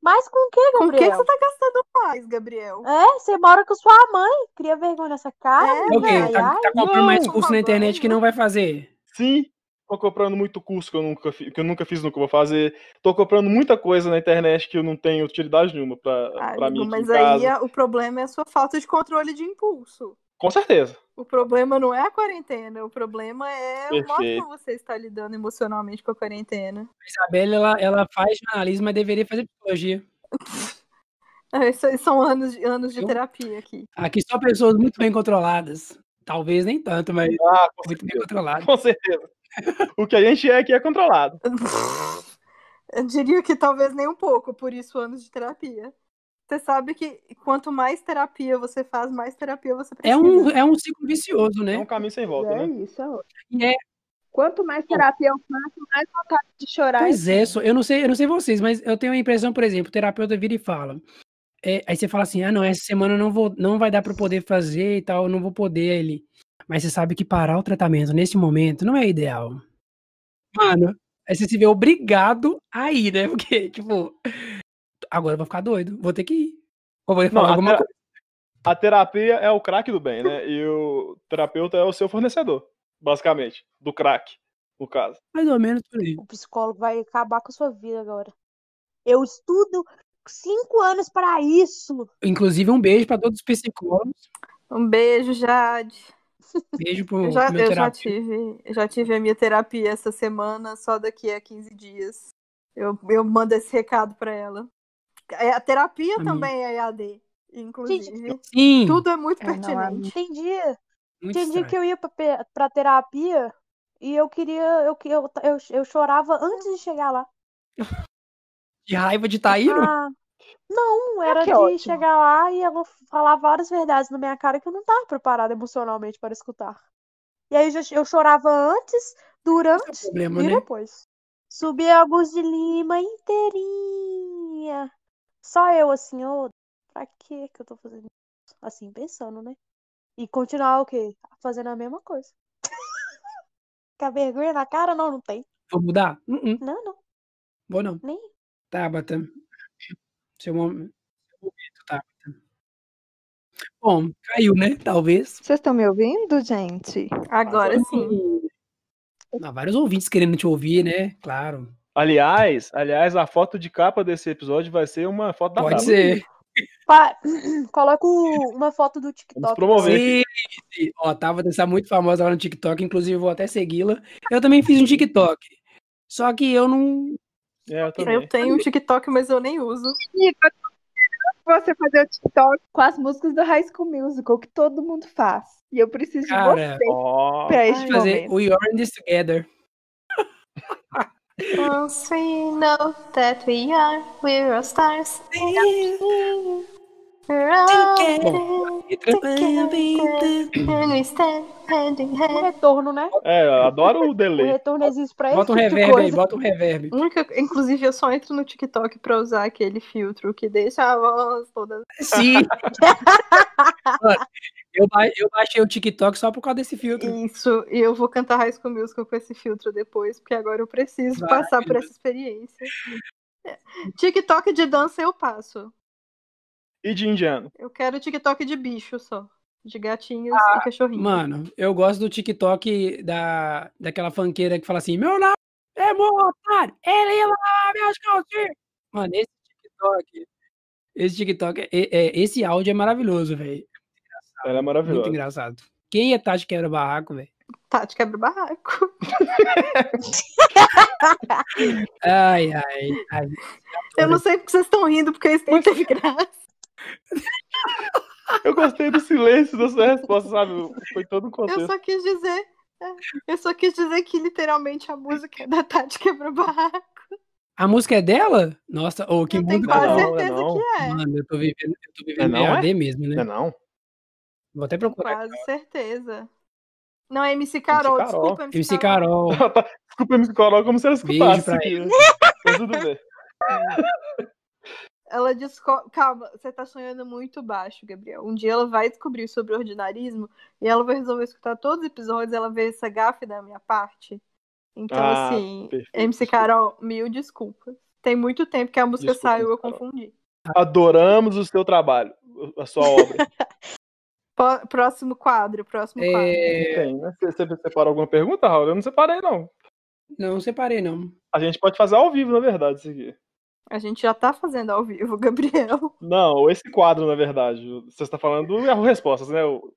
[SPEAKER 5] Mas com o que,
[SPEAKER 1] Com o que que
[SPEAKER 5] Gabriel?
[SPEAKER 1] você tá gastando mais, Gabriel?
[SPEAKER 5] É, você mora com sua mãe. Cria vergonha nessa cara.
[SPEAKER 1] É,
[SPEAKER 2] É o
[SPEAKER 5] Ai,
[SPEAKER 2] quê? Tá,
[SPEAKER 5] ai.
[SPEAKER 2] tá comprando
[SPEAKER 3] Não,
[SPEAKER 2] mais
[SPEAKER 1] por
[SPEAKER 2] curso na
[SPEAKER 1] favor.
[SPEAKER 2] internet que não vai fazer.
[SPEAKER 3] Sim, tô comprando muito curso que eu nunca, fi- que eu nunca fiz, nunca vou fazer. Tô comprando muita coisa na internet que eu não tenho utilidade nenhuma pra, pra
[SPEAKER 1] Amigo,
[SPEAKER 3] mim aqui em
[SPEAKER 1] Ah, mas aí
[SPEAKER 3] casa.
[SPEAKER 1] a- o problema é a sua falta de controle de impulso.
[SPEAKER 3] Com certeza.
[SPEAKER 1] O problema não é a quarentena, o problema é o modo
[SPEAKER 3] Perfeito.
[SPEAKER 1] como você está lidando emocionalmente com a quarentena.
[SPEAKER 2] A Isabelle, ela, ela faz jornalismo, mas deveria fazer psicologia.
[SPEAKER 1] É, isso aí São anos de, anos de
[SPEAKER 2] Eu-
[SPEAKER 1] terapia aqui.
[SPEAKER 2] Aqui só pessoas muito bem controladas. Talvez nem tanto, mas
[SPEAKER 3] Ah, com
[SPEAKER 2] muito
[SPEAKER 3] certeza.
[SPEAKER 2] bem controladas.
[SPEAKER 3] Com certeza. O que a gente é que é controlado.
[SPEAKER 1] Eu diria que talvez nem um pouco, por isso anos de terapia. Você sabe que quanto mais terapia você faz, mais terapia você
[SPEAKER 2] É
[SPEAKER 1] precisa.
[SPEAKER 2] um, é um ciclo vicioso,
[SPEAKER 3] É
[SPEAKER 2] né?
[SPEAKER 3] um caminho sem volta,
[SPEAKER 4] É
[SPEAKER 3] né?
[SPEAKER 4] isso. ó.
[SPEAKER 2] E é-
[SPEAKER 4] Quanto mais terapia eu faço, mais vontade de chorar.
[SPEAKER 2] Pois
[SPEAKER 4] eu
[SPEAKER 2] é,
[SPEAKER 4] tenho.
[SPEAKER 2] só- eu não sei, eu não sei vocês, mas eu tenho a impressão, por exemplo, o terapeuta vira e fala. é, aí você fala assim, ah, não, essa semana eu não vou, não vai dar pra eu poder fazer e tal, eu não vou poder aí ele. Mas você sabe que parar o tratamento nesse momento não é ideal. Mano, aí você se vê obrigado a ir, né? Porque, tipo, agora eu vou ficar doido, vou ter que ir. Ou vou
[SPEAKER 3] Não,
[SPEAKER 2] falar
[SPEAKER 3] a
[SPEAKER 2] alguma
[SPEAKER 3] tera-
[SPEAKER 2] coisa.
[SPEAKER 3] a terapia é o crack do bem, né? E o terapeuta é o seu fornecedor, basicamente, do crack, no caso.
[SPEAKER 2] Mais ou menos por aí.
[SPEAKER 5] O psicólogo vai acabar com a sua vida agora. Eu estudo cinco anos para isso.
[SPEAKER 2] Inclusive, um beijo pra todos os psicólogos.
[SPEAKER 6] Um beijo, Jade.
[SPEAKER 2] Beijo pro
[SPEAKER 6] Eu já,
[SPEAKER 2] meu
[SPEAKER 6] eu já
[SPEAKER 2] terapeuta.
[SPEAKER 6] tive, eu já tive a minha terapia essa semana, só daqui a 15 dias. Eu, eu mando esse recado pra ela. É, A terapia
[SPEAKER 2] Amiga.
[SPEAKER 6] também é EAD, inclusive.
[SPEAKER 2] Sim,
[SPEAKER 6] Tudo é muito
[SPEAKER 4] É, não,
[SPEAKER 6] pertinente.
[SPEAKER 5] Tem dia
[SPEAKER 2] muito
[SPEAKER 5] Tem dia
[SPEAKER 2] estranho.
[SPEAKER 5] que eu ia pra, pe- pra terapia e eu queria. Eu, que- eu, eu, eu chorava antes de chegar lá.
[SPEAKER 2] De raiva de tá Taíro?
[SPEAKER 5] Ah, não,
[SPEAKER 4] Ah,
[SPEAKER 5] era
[SPEAKER 4] que
[SPEAKER 5] de
[SPEAKER 4] ótimo.
[SPEAKER 5] chegar lá e ela falar várias verdades na minha cara que eu não tava preparada emocionalmente para escutar. E aí eu, eu chorava antes, durante
[SPEAKER 2] Esse é o problema,
[SPEAKER 5] e
[SPEAKER 2] né?
[SPEAKER 5] depois. Subi a Augusto de Lima inteirinha. Só eu assim, ô, pra que que eu tô fazendo isso? Assim, pensando, né? E continuar o quê? Fazendo a mesma coisa. Ficar vergonha na cara? Não, não tem.
[SPEAKER 2] Vou mudar? Uh -uh,
[SPEAKER 5] Não, não.
[SPEAKER 2] vou não.
[SPEAKER 5] Nem.
[SPEAKER 2] Tabata. Seu momento, seu momento, Tabata. Bom, caiu, né? Talvez.
[SPEAKER 4] Vocês estão me ouvindo, gente?
[SPEAKER 6] Agora sim.
[SPEAKER 2] Há vários ouvintes querendo te ouvir, né? Claro.
[SPEAKER 3] Aliás, aliás, a foto de capa desse episódio vai ser uma foto da
[SPEAKER 2] Pode
[SPEAKER 3] Tabata.
[SPEAKER 2] ser.
[SPEAKER 5] Pa- Coloca o- uma foto do
[SPEAKER 3] Vamos
[SPEAKER 5] TikTok.
[SPEAKER 3] promover.
[SPEAKER 2] Sim, sim. Ó, tava tá muito famosa lá no TikTok, inclusive vou até segui-la. Eu também fiz um TikTok. Só que eu não.
[SPEAKER 3] É, eu também.
[SPEAKER 6] Eu tenho um TikTok, mas eu nem uso.
[SPEAKER 4] Você fazer o TikTok com as músicas do High School Musical, que todo mundo faz. E eu preciso
[SPEAKER 2] Cara,
[SPEAKER 4] de você
[SPEAKER 3] Ó,
[SPEAKER 4] pra este
[SPEAKER 2] Vou fazer
[SPEAKER 4] momento.
[SPEAKER 2] We Are in This Together.
[SPEAKER 6] Once we know that we are, we're all stars. We're all
[SPEAKER 2] Bom, letra.
[SPEAKER 6] and we stand hand in
[SPEAKER 5] O
[SPEAKER 6] hand.
[SPEAKER 5] retorno, né?
[SPEAKER 3] é, eu adoro o
[SPEAKER 5] O
[SPEAKER 3] delay.
[SPEAKER 5] retorno existe pra esse
[SPEAKER 2] Bota um
[SPEAKER 5] tipo de
[SPEAKER 2] reverb aí,
[SPEAKER 5] coisa.
[SPEAKER 2] bota um reverb.
[SPEAKER 6] A única- Inclusive, eu só entro no TikTok pra usar aquele filtro que deixa a voz toda.
[SPEAKER 2] Sim. Mano, eu, ba- eu baixei o TikTok só por causa desse filtro.
[SPEAKER 6] Isso, e eu vou cantar High School Musical com esse filtro depois, porque agora eu preciso
[SPEAKER 2] Vai.
[SPEAKER 6] passar por essa experiência. É. TikTok de dança eu passo.
[SPEAKER 3] E de indiano.
[SPEAKER 6] Eu quero TikTok de bicho só. De gatinhos
[SPEAKER 3] Ah,
[SPEAKER 6] e cachorrinhos.
[SPEAKER 2] Mano, eu gosto do TikTok da, daquela fanqueira que fala assim: Meu nome é Motar, ele é lá, minhas calcinhas. Mano, esse TikTok, esse TikTok, é- é- esse áudio é maravilhoso, velho.
[SPEAKER 3] Ela é
[SPEAKER 2] Muito
[SPEAKER 3] maravilhosa.
[SPEAKER 2] engraçado. Quem é Tati Quebra Barraco, velho?
[SPEAKER 6] Tati quebra o barraco.
[SPEAKER 2] Ai, ai, ai.
[SPEAKER 6] Eu não sei porque vocês estão rindo, porque isso não teve graça.
[SPEAKER 3] Eu gostei do silêncio da sua resposta, sabe? Foi todo um
[SPEAKER 6] Eu
[SPEAKER 3] contexto.
[SPEAKER 6] só quis dizer. é, Eu só quis dizer que literalmente a música é da Tati quebra o barraco.
[SPEAKER 2] A música é dela? Nossa, ô, que
[SPEAKER 6] eu tenho
[SPEAKER 2] mundo.
[SPEAKER 3] cara.
[SPEAKER 6] quase
[SPEAKER 3] Não, não,
[SPEAKER 6] certeza
[SPEAKER 3] não.
[SPEAKER 6] que é.
[SPEAKER 2] Mano, eu tô vivendo, eu tô vivendo
[SPEAKER 3] não,
[SPEAKER 2] EAD mesmo, né?
[SPEAKER 3] Não é não?
[SPEAKER 2] Vou até
[SPEAKER 6] Tenho
[SPEAKER 2] procurar.
[SPEAKER 6] quase certeza. Não, é MC Carol,
[SPEAKER 3] Carol.
[SPEAKER 6] desculpa, MC,
[SPEAKER 2] MC
[SPEAKER 6] Carol.
[SPEAKER 2] Carol.
[SPEAKER 3] Ela tá- Desculpa, me coloca como se ela
[SPEAKER 2] Beijo
[SPEAKER 3] escutasse.
[SPEAKER 2] pra
[SPEAKER 3] aqui. Mas tudo bem.
[SPEAKER 6] Ela descobre. Calma, você tá sonhando muito baixo, Gabriel. Um dia ela vai descobrir sobre o ordinarismo e ela vai resolver escutar todos os episódios. Ela vê essa gafe da minha parte. Então,
[SPEAKER 3] Ah,
[SPEAKER 6] assim,
[SPEAKER 3] perfeito,
[SPEAKER 6] MC
[SPEAKER 3] desculpa.
[SPEAKER 6] Carol, mil desculpas. Tem muito tempo que a música
[SPEAKER 3] Desculpa,
[SPEAKER 6] saiu, eu
[SPEAKER 3] Carol.
[SPEAKER 6] confundi.
[SPEAKER 3] Adoramos o seu trabalho, a sua obra.
[SPEAKER 6] Pó- Próximo quadro, próximo quadro.
[SPEAKER 2] É,
[SPEAKER 3] Tem, né? Você, você separou alguma pergunta, Raul? Eu não separei, não.
[SPEAKER 2] não separei, não.
[SPEAKER 3] A gente pode fazer ao vivo, na verdade, isso aqui.
[SPEAKER 6] A gente já tá fazendo ao vivo, Gabriel.
[SPEAKER 3] Não, esse quadro, na verdade. Você está falando erro respostas, né? O-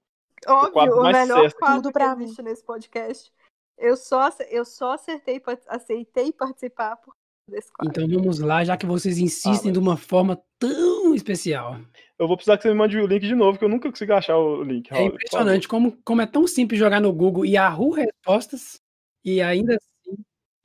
[SPEAKER 6] Óbvio,
[SPEAKER 3] quadro
[SPEAKER 6] o
[SPEAKER 3] mais
[SPEAKER 6] melhor
[SPEAKER 3] sucesso aqui.
[SPEAKER 6] quadro
[SPEAKER 5] Tudo
[SPEAKER 6] que
[SPEAKER 5] pra mim.
[SPEAKER 6] existe nesse podcast. Eu só, ace- eu só acertei, pa- aceitei participar por causa desse quadro.
[SPEAKER 2] Então vamos lá, já que vocês insistem
[SPEAKER 3] mas-
[SPEAKER 2] de uma forma tão especial.
[SPEAKER 3] Eu vou precisar que você me mande o link de novo, que eu nunca consigo achar o link,
[SPEAKER 2] É
[SPEAKER 3] Raul. por
[SPEAKER 2] impressionante como, como é tão simples jogar no Google e Yahoo Respostas e ainda assim.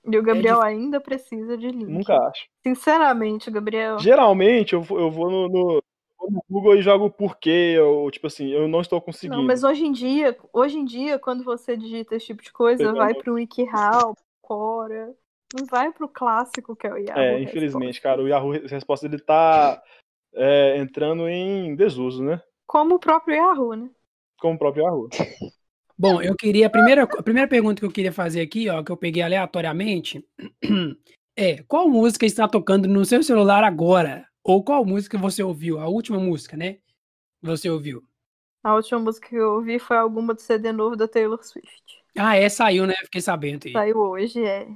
[SPEAKER 6] E o Gabriel ainda precisa de
[SPEAKER 3] favor.
[SPEAKER 6] link.
[SPEAKER 3] Nunca acho.
[SPEAKER 6] Sinceramente, Gabriel.
[SPEAKER 3] Geralmente eu, vou- eu vou no, no- vou no Google e jogo porquê, ou tipo assim, eu não estou conseguindo.
[SPEAKER 6] Não, mas hoje em dia, hoje em dia, quando você digita esse tipo de coisa,
[SPEAKER 3] Pegou a
[SPEAKER 6] vai
[SPEAKER 3] mão.
[SPEAKER 6] pro WikiHow, Cora. Não vai pro clássico que é o Yahoo.
[SPEAKER 3] É, infelizmente, cara, o Yahoo Re- Resposta ele tá é, entrando em desuso, né?
[SPEAKER 6] Como o próprio Yahoo, né?
[SPEAKER 3] Como o próprio Yahoo.
[SPEAKER 2] Bom, eu queria. A primeira, a primeira pergunta que eu queria fazer aqui, ó, que eu peguei aleatoriamente, é: qual música está tocando no seu celular agora? Ou qual música você ouviu? A última música, né? você ouviu?
[SPEAKER 6] A última música que eu ouvi foi alguma do CD novo da Taylor Swift.
[SPEAKER 2] Ah, é, saiu, né? Fiquei sabendo aí.
[SPEAKER 6] Saiu hoje, é.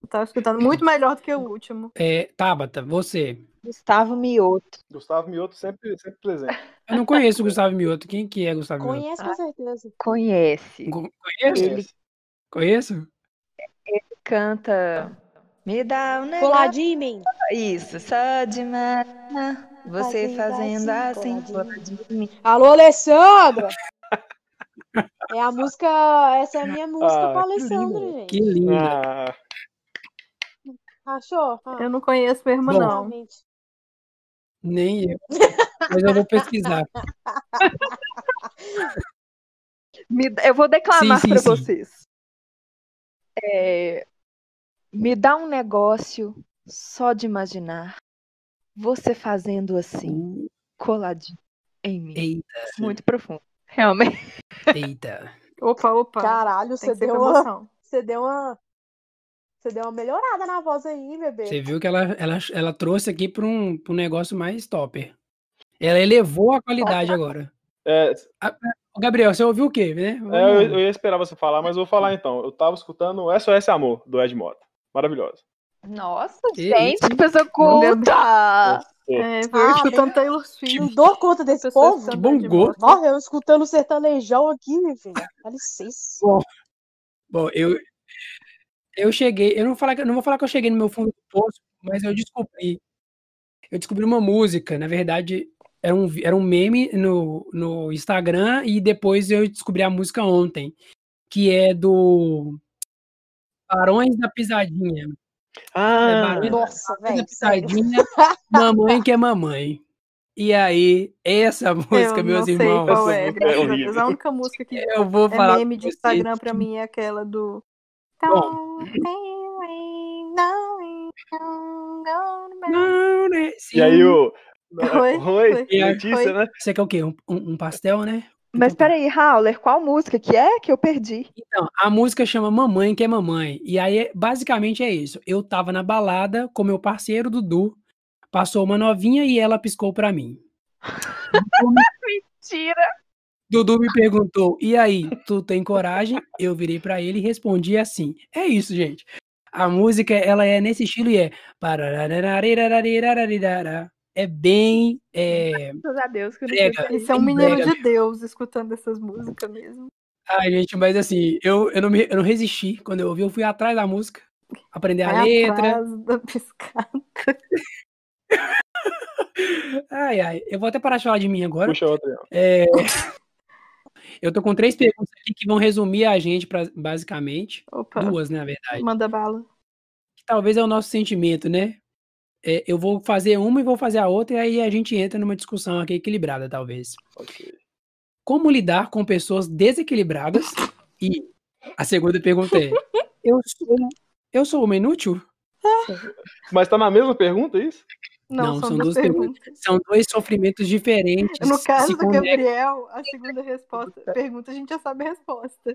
[SPEAKER 6] Eu tava escutando muito melhor do que o último.
[SPEAKER 2] É, Tabata, você.
[SPEAKER 4] Gustavo Mioto.
[SPEAKER 3] Gustavo Mioto sempre, sempre presente.
[SPEAKER 2] Eu não conheço o Gustavo Mioto. Quem que é Gustavo Mioto?
[SPEAKER 5] Conheço com certeza.
[SPEAKER 4] Conhece.
[SPEAKER 2] Con-
[SPEAKER 6] É
[SPEAKER 2] Conheço?
[SPEAKER 4] Ele
[SPEAKER 2] Conheço?
[SPEAKER 4] canta. Me dá um negócio.
[SPEAKER 5] Coladinho em mim.
[SPEAKER 4] Isso, só de mana. Você fazendo
[SPEAKER 5] Fazendo
[SPEAKER 4] assim,
[SPEAKER 5] assim,
[SPEAKER 4] coladinho em mim.
[SPEAKER 5] Alô, Alessandra! É a música. Essa é a minha música
[SPEAKER 3] Ah,
[SPEAKER 5] pra
[SPEAKER 2] Que
[SPEAKER 5] Alessandra,
[SPEAKER 2] lindo.
[SPEAKER 5] gente.
[SPEAKER 2] Que lindo.
[SPEAKER 3] Ah,
[SPEAKER 5] Achou? Ah,
[SPEAKER 6] Eu não conheço mesmo,
[SPEAKER 2] Bom.
[SPEAKER 6] não.
[SPEAKER 5] realmente.
[SPEAKER 2] Nem eu. Mas eu vou pesquisar.
[SPEAKER 4] Me dá- Eu vou declamar
[SPEAKER 2] Sim, sim,
[SPEAKER 4] pra
[SPEAKER 2] sim.
[SPEAKER 4] vocês. É, me dá um negócio só de imaginar. Você fazendo assim, coladinho em mim.
[SPEAKER 2] Eita,
[SPEAKER 4] Muito profundo. Realmente.
[SPEAKER 2] eita.
[SPEAKER 6] Opa, opa.
[SPEAKER 5] Caralho,
[SPEAKER 6] Tem
[SPEAKER 5] você
[SPEAKER 6] que ser
[SPEAKER 5] deu,
[SPEAKER 6] com
[SPEAKER 5] uma,
[SPEAKER 6] emoção.
[SPEAKER 5] você deu uma. Você deu uma melhorada na voz aí, bebê.
[SPEAKER 2] Você viu que ela, ela, ela trouxe aqui para um, pra um negócio mais topper. Ela elevou a qualidade agora.
[SPEAKER 3] é,
[SPEAKER 2] Ô, Gabriel, você ouviu o quê, né?
[SPEAKER 3] é, eu,
[SPEAKER 2] Vamos-
[SPEAKER 3] eu ia esperar você falar, mas eu vou falar então. Eu tava escutando SOS Amor, do Ed Mota. Maravilhosa.
[SPEAKER 4] Nossa,
[SPEAKER 2] Que
[SPEAKER 4] gente,
[SPEAKER 2] isso,
[SPEAKER 4] que pessoa
[SPEAKER 6] Gabriel.
[SPEAKER 4] culta!
[SPEAKER 6] É, eu
[SPEAKER 5] Ah,
[SPEAKER 6] escutando Taylor Swift.
[SPEAKER 5] Não dou conta desse
[SPEAKER 6] pessoa
[SPEAKER 5] povo.
[SPEAKER 6] escutando
[SPEAKER 2] Que bom
[SPEAKER 6] Ed
[SPEAKER 2] gosto.
[SPEAKER 6] Mota.
[SPEAKER 5] Nossa, eu escutando sertanejão aqui, minha filha. Dá licença.
[SPEAKER 2] Bom, eu, eu cheguei. Eu não, vou falar, que- não vou falar que eu cheguei no meu fundo do poço, mas eu descobri. Eu descobri uma música. Na verdade, era um, vi- era um meme no, no Instagram e depois eu descobri a música ontem, que é do Barões da Pisadinha. É barulho
[SPEAKER 3] Ah,
[SPEAKER 5] Nossa, velho, sério.
[SPEAKER 2] Pisadinha, mamãe que é mamãe. E aí, essa música,
[SPEAKER 6] eu
[SPEAKER 2] meus
[SPEAKER 6] não
[SPEAKER 2] irmãos,
[SPEAKER 6] Sei qual
[SPEAKER 3] Essa
[SPEAKER 6] é,
[SPEAKER 3] música é
[SPEAKER 6] graças a Deus.
[SPEAKER 3] horrível.
[SPEAKER 6] A única música que
[SPEAKER 2] assim, eu vou
[SPEAKER 6] é
[SPEAKER 2] falar.
[SPEAKER 6] meme
[SPEAKER 2] com
[SPEAKER 6] de
[SPEAKER 2] vocês
[SPEAKER 6] Instagram pra
[SPEAKER 2] que-
[SPEAKER 6] mim é aquela do.
[SPEAKER 2] Bom. Não, né? Sim.
[SPEAKER 3] E aí o. é,
[SPEAKER 6] Oi,
[SPEAKER 3] Oi,
[SPEAKER 6] oi.
[SPEAKER 3] Letícia,
[SPEAKER 6] Oi.
[SPEAKER 3] né?
[SPEAKER 2] Você quer o quê? Um, um- um pastel, né?
[SPEAKER 6] Um
[SPEAKER 4] Mas peraí, Howler, qual música que é que eu perdi?
[SPEAKER 2] Então, a música chama Mamãe que é Mamãe. E aí, é- basicamente é isso. Eu tava na balada com meu parceiro Dudu, passou uma novinha e ela piscou pra mim.
[SPEAKER 4] Mentira!
[SPEAKER 2] Dudu me perguntou: "E aí, tu tem coragem?" Eu virei pra ele e respondi assim: "É isso, gente. A música ela é nesse estilo e é pararararararararararararará. é bem é...
[SPEAKER 4] Graças a Deus que eu não
[SPEAKER 2] Prega.
[SPEAKER 4] sei.
[SPEAKER 6] Esse é um
[SPEAKER 2] Bem
[SPEAKER 6] menino
[SPEAKER 2] brega
[SPEAKER 6] de Deus escutando essas músicas mesmo.
[SPEAKER 2] Ai, gente, mas assim, eu, eu, não me, eu não resisti. Quando eu ouvi, eu fui atrás da música, aprender a
[SPEAKER 6] Vai
[SPEAKER 2] letra.
[SPEAKER 6] atrás É da piscada.
[SPEAKER 2] Ai, ai. Eu vou até parar de falar de mim agora.
[SPEAKER 3] Puxa outra aí, ó.
[SPEAKER 2] É, Eu tô com três perguntas aqui que vão resumir a gente, pra- basicamente.
[SPEAKER 6] Opa,
[SPEAKER 2] Duas, né, na verdade.
[SPEAKER 6] manda bala.
[SPEAKER 2] Que talvez é o nosso sentimento, né? É, eu vou fazer uma e vou fazer a outra, e aí a gente entra numa discussão aqui equilibrada, talvez.
[SPEAKER 3] Ok.
[SPEAKER 2] Como lidar com pessoas desequilibradas? E a segunda pergunta é: Eu sou, eu sou uma inútil?
[SPEAKER 3] Mas tá na mesma pergunta isso?
[SPEAKER 6] Não, são, duas perguntas.
[SPEAKER 2] São dois sofrimentos diferentes.
[SPEAKER 6] No
[SPEAKER 2] que
[SPEAKER 6] caso
[SPEAKER 2] se né,
[SPEAKER 6] do
[SPEAKER 2] conectam.
[SPEAKER 6] Gabriel, a segunda resposta, pergunta a gente já sabe a resposta.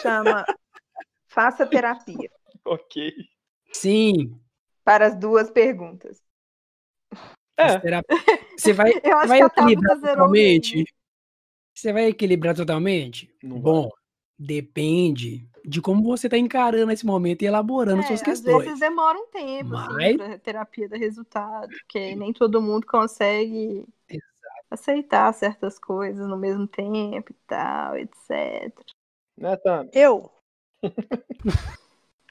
[SPEAKER 4] Chama Faça Terapia.
[SPEAKER 3] Ok.
[SPEAKER 2] Sim.
[SPEAKER 4] Para as duas perguntas.
[SPEAKER 2] as
[SPEAKER 3] É.
[SPEAKER 2] terap- Você vai,
[SPEAKER 6] Eu acho
[SPEAKER 2] vai
[SPEAKER 6] que a Tabata
[SPEAKER 2] equilibrar
[SPEAKER 6] zerou o meme.
[SPEAKER 2] totalmente? Você vai equilibrar totalmente?
[SPEAKER 3] Não vai.
[SPEAKER 2] Bom, depende de como você está encarando esse momento e elaborando
[SPEAKER 6] É,
[SPEAKER 2] suas
[SPEAKER 6] às
[SPEAKER 2] questões.
[SPEAKER 6] vezes demora um tempo,
[SPEAKER 2] Mas-
[SPEAKER 6] assim, pra terapia dar resultado, porque nem todo mundo consegue aceitar certas coisas no mesmo tempo e tal, etc.
[SPEAKER 3] Né, Tami?
[SPEAKER 5] Eu?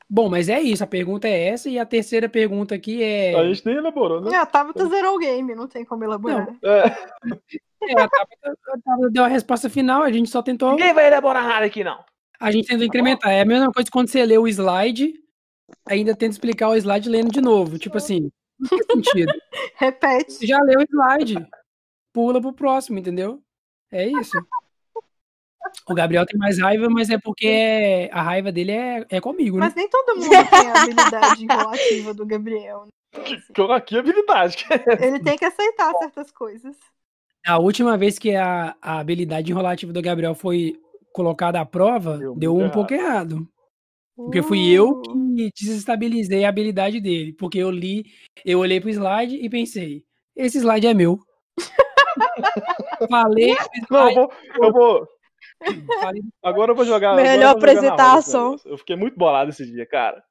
[SPEAKER 2] Bom, mas é isso. A pergunta é essa. E a terceira pergunta aqui é.
[SPEAKER 3] A gente nem elaborou, né?
[SPEAKER 6] É, a Tabata zerou o game, não tem como elaborar.
[SPEAKER 3] É.
[SPEAKER 2] é, a Tabata- a Tabata deu a resposta final. A gente só tentou.
[SPEAKER 3] Ninguém vai elaborar nada aqui, não.
[SPEAKER 2] A gente tenta incrementar. É a mesma coisa quando você lê o slide, ainda tenta explicar o slide lendo de novo. Tipo assim, não faz sentido.
[SPEAKER 6] Repete.
[SPEAKER 2] Já leu o slide. Pula pro próximo, entendeu? É isso. O Gabriel tem mais raiva, mas é porque é- a raiva dele é, é comigo, né?
[SPEAKER 6] Mas nem todo mundo tem a habilidade enrolativa do Gabriel. né?
[SPEAKER 3] Tô aqui habilidade.
[SPEAKER 2] É.
[SPEAKER 6] Ele tem que aceitar certas coisas.
[SPEAKER 2] A última vez que a, a habilidade enrolativa do Gabriel foi colocada à prova,
[SPEAKER 3] Deu
[SPEAKER 2] deu, um
[SPEAKER 3] muito errado.
[SPEAKER 2] pouco errado. Porque fui eu
[SPEAKER 6] Uh,
[SPEAKER 2] que desestabilizei a habilidade dele. Porque eu li, eu olhei pro slide e pensei, esse slide é meu. Falei, é
[SPEAKER 3] Não, eu vou, eu vou.
[SPEAKER 2] falei,
[SPEAKER 3] Agora eu vou jogar. agora eu vou jogar na
[SPEAKER 6] Melhor
[SPEAKER 3] roda esse
[SPEAKER 6] apresentação.
[SPEAKER 3] negócio. Eu fiquei muito bolado esse dia, cara.